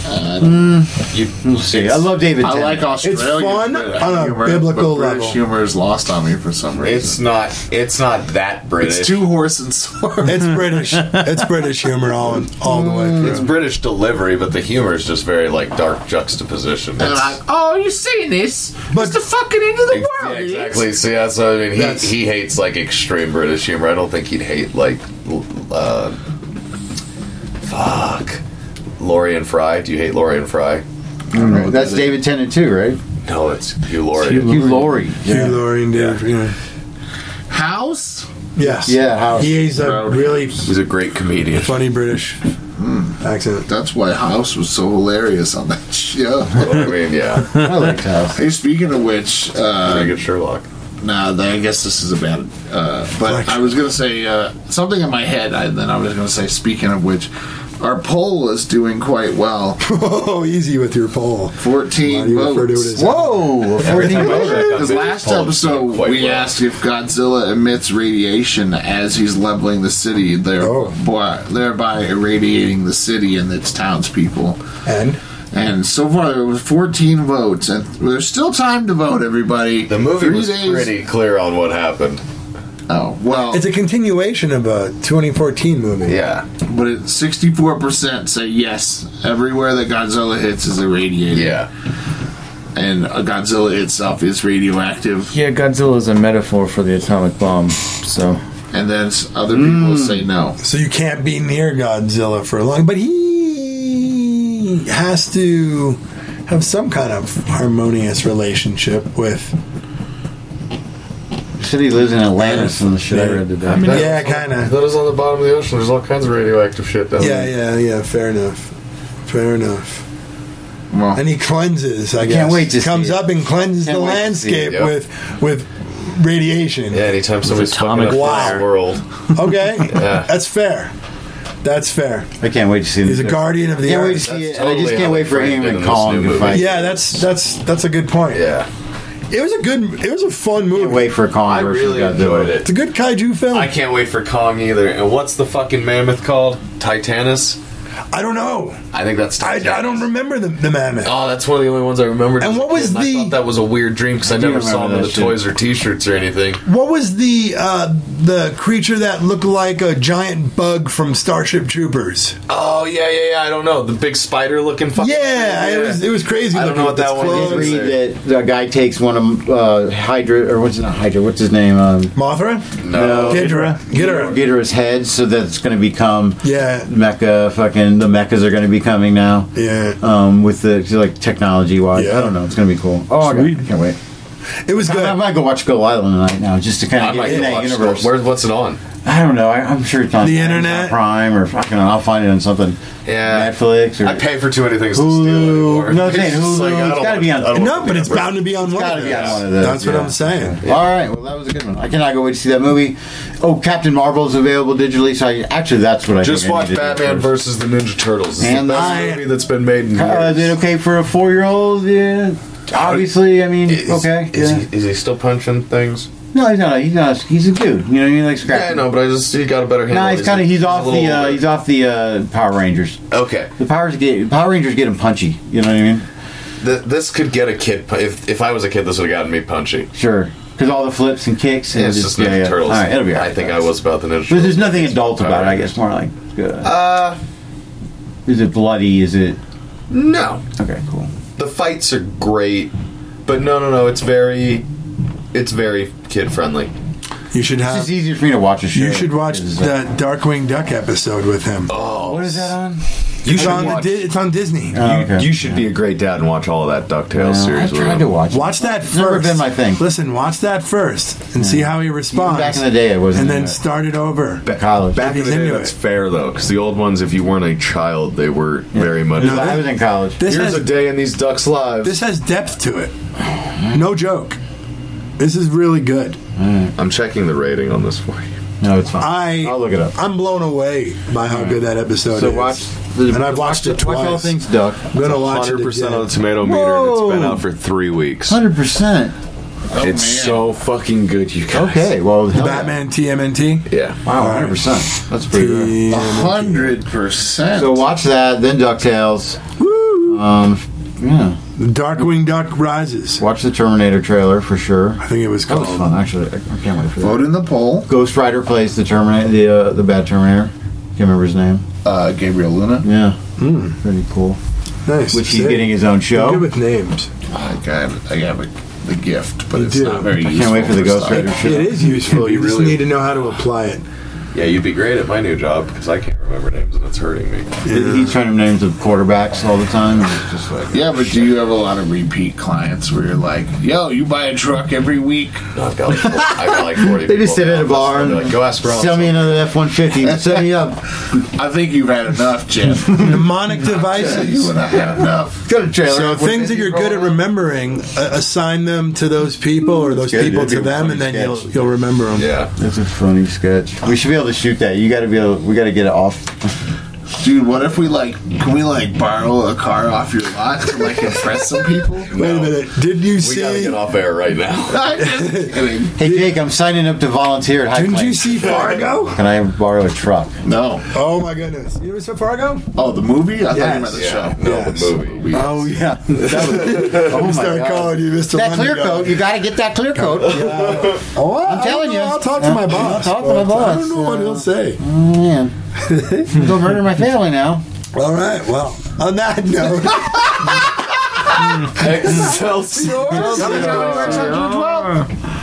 You, We'll see. I love David. I Tennant. like Australian. fun on a humor, biblical but British level. humor is lost on me for some reason. it's not. It's not that British. It's two horse and sword. It's British. it's British humor all all the way It's through. British delivery, but the humor is just very like dark juxtaposition. And It's- like, oh, you seeing this? But- it's the fucking end of the Yeah, world. it is." exactly. See, that's what I mean. He, That's- he hates like extreme British humor. I don't think he'd hate like, l- uh, fuck, Laurie and Fry. Do you hate Laurie and Fry? That's David Tennant too, right? No, it's Hugh Laurie. Hugh Laurie. Hugh Laurie and David. Yeah. House. Yes. Yeah, how- He is a really He's a great comedian. funny British accent. That's why House was so hilarious on that show. I mean, yeah, I like House. hey, speaking of which, uh, pretty good Sherlock. Nah, th- I guess this is a bad. Uh, but I was gonna say uh, something in my head, and then I was gonna say. Speaking of which, our poll is doing quite well. Oh, easy with your poll. Why do Fourteen you refer to it votes. as- Whoa, Every time I votes. check on Because Vinny's last poll, it's not episode quite we well. asked if Godzilla emits radiation as he's leveling the city, there, Oh. by, thereby irradiating the city and its townspeople. And And so far there was 14 votes, and there's still time to vote, everybody. The movie Three was pretty clear on what happened. Oh well, it's a continuation of a 2014 movie. Yeah, But it, 64% say yes. Everywhere that Godzilla hits is irradiated. yeah. And uh, Godzilla itself is radioactive. Yeah, Godzilla is a metaphor for the atomic bomb. So And then s- other people Hmm. say no. So you can't be near Godzilla for long, but he has to have some kind of harmonious relationship with. Said he lives in Atlantis and the shit I read today. yeah, kind of. That is on the bottom of the ocean. There's all kinds of radioactive shit down Yeah, there. yeah, yeah. Fair enough. Fair enough. Well, And he cleanses. I Can't guess. wait to see comes it. up and cleanses Can't the wait to see it, landscape yeah. with with radiation. Yeah, anytime somebody's fucking atomic up this fire. world. Okay, Yeah. that's fair. That's fair. I can't wait to see. He's a the- guardian of the Can't wait to earth. see it, and I just can't wait for him and Colin to fight. Yeah, that's that's that's a good point. Yeah, it was a good, it was a fun movie. Can't wait for Colin I versus really Godzilla. enjoyed it. It's a good kaiju film. I can't wait for Kong either. And what's the fucking mammoth called? Titanus? I don't know. I think that's I, Titanus. I don't remember the, the mammoth. Oh, that's one of the only ones I remembered. And as a what was kid, and the- I thought that was a weird dream because I, I do never saw remember them in that the shit. toys or T-shirts or anything. What was the uh, the creature that looked like a giant bug from Starship Troopers? Oh yeah, yeah, yeah. I don't know the big spider-looking fucking. Yeah, it was- it was crazy Oh, I don't know what That that one one is. read that the guy takes one of uh, Hydra or what's not Hydra? What's his name? Um, Mothra? No, Ghidorah. Ghidorah. Ghidorah's head, so that's going to become Yeah. mecha. Fucking the mechas are going to be coming now. Yeah, um, with the like technology wise, I don't know. It's going to be cool. Oh, I Sweet. can't, I can't wait. It was good. I, I might go watch Skull Island tonight now, just to kind I of might get in go that watch universe. Skull- where's- what's it on? I don't know. I, I'm sure it's on The Amazon internet? Prime, or fucking. I'll find it on something. Yeah, Netflix. Or, I pay for too many things to steal anymore. Hulu. No, I'm saying It's just Hulu. like, I don't it's got to wanna- be on. I don't wanna No, but it's bound to be on one. of be on those. one of those, That's what yeah. I'm saying. All right. Well, that was a good one. I cannot go wait to see that movie. Oh, Captain Marvel's available digitally. So I, actually, that's what I Just think I watch need to do Batman first. versus the Ninja Turtles. It's And the best I- movie that's been made in Uh, years. is it okay for a four-year-old? Yeah. Obviously, I mean, okay. Uh, Is, yeah. he, is he still punching things? No, he's not. He's not. He's a dude. You know, he likes Yeah, I scrapping. know, but I just he got a better handle. Nah, he's kind of. He's a off the. little Uh, older. he's off the uh, Power Rangers. Okay. The powers get Power Rangers get him punchy. You know what I mean? Th- this could get a kid. pu- If if I was a kid, this would have gotten me punchy. Sure. Because all the flips and kicks. And Yeah, it's just Ninja Turtles. All right, it'll be all right. I think I was about the Ninja But Turtles. there's nothing adult about it. I guess more like. Uh, is it bloody? Is it? No. Okay, cool. The fights are great, but no, no, no. It's very, it's very kid friendly. You should have. It's easier for me to watch a show. You should watch the Darkwing Duck episode with him. Oh, what is that on? You should should on the watch. Di- it's on Disney. Oh, you, you should be a great dad and watch all of that DuckTales Yeah, series. I tried to watch it. Watch that first. Never been my thing. Listen, watch that first and see how he responds. back in the day, it wasn't And then that. start it over. college. Back in the He's day, into that's fair though, because the old ones, if you weren't a child, they were very much. No, I was in college. this Here's has- a day in these ducks' lives. This has depth to it. No joke. This is really good. I'm checking the rating on this for you. No, it's fine. I I'll look it up. I'm blown away by how good that episode So is. watch and I've watched it twice. Watch all things duck. I'm gonna watch it 100% again. on the tomato meter, and it's been Whoa. out for three weeks. Hundred percent. Oh, it's so fucking good, you guys. Okay. Well, hell Oh, yeah. Batman TMNT. Yeah. Wow, hundred percent. That's pretty good. hundred percent. So watch that, then Ducktales. Woo! Um, yeah, Darkwing Duck Rises. watch the Terminator trailer for sure. I think it was That was called. fun, actually. I I can't wait for that. Vote in the poll. Ghost Rider plays the Terminator, the uh, the bad Terminator. Can't remember his name. Uh, Gabriel Luna. Yeah, pretty cool. Nice. Which he's Sick. getting his own You're show. Good with names. I have, I have a, the gift, but You it's do. not very. I can't useful wait for the for Ghost stuff. Rider It show. is useful. Be You just really- need to know how to apply it. Yeah, you'd be great at my new job because I can't remember names and it's hurting me. He's trying to name the quarterbacks all the time. And it's just like, Yeah, but do you have a lot of repeat clients where you're like, "Yo, you buy a truck every week"? No, I've got like, four- I've got like forty. they just people sit at a now. bar They'll and be like, go ask Rob. Sell me another F one fifty. Set me up. I think you've had enough, Jim. Mnemonic you devices. and I had enough. Got a trailer. So things that you're good at remembering, uh, assign them to those people or those good. people It'd be to a them, funny and then you'll sketch. you'll remember them. Yeah, That's a funny sketch. We should be able to shoot that. You got to be able. We got to get it off. Dude, what if we like? Can we like borrow a car off your lot to like impress some people? Wait a minute. Did you we gotta see? get off air right now. I'm just kidding. Hey Jake, I'm signing up to volunteer at High Didn't you Plains. see Fargo? Can I borrow a truck? No. Oh my goodness! You ever saw Fargo? Oh, the movie? I thought Yes. you meant the Yeah, show. no, Yes. the movie. Oh yeah. That was, oh my Start God. calling you Mr. That clear Lundegaard. coat. You got to get that clear coat. Oh, I, I'm telling I don't know. you. I'll talk to my I'll boss. talk to my I don't boss. know what he'll say. Oh man. I'm gonna murder my family now. All right. Well, on that note, Excelsior. Coming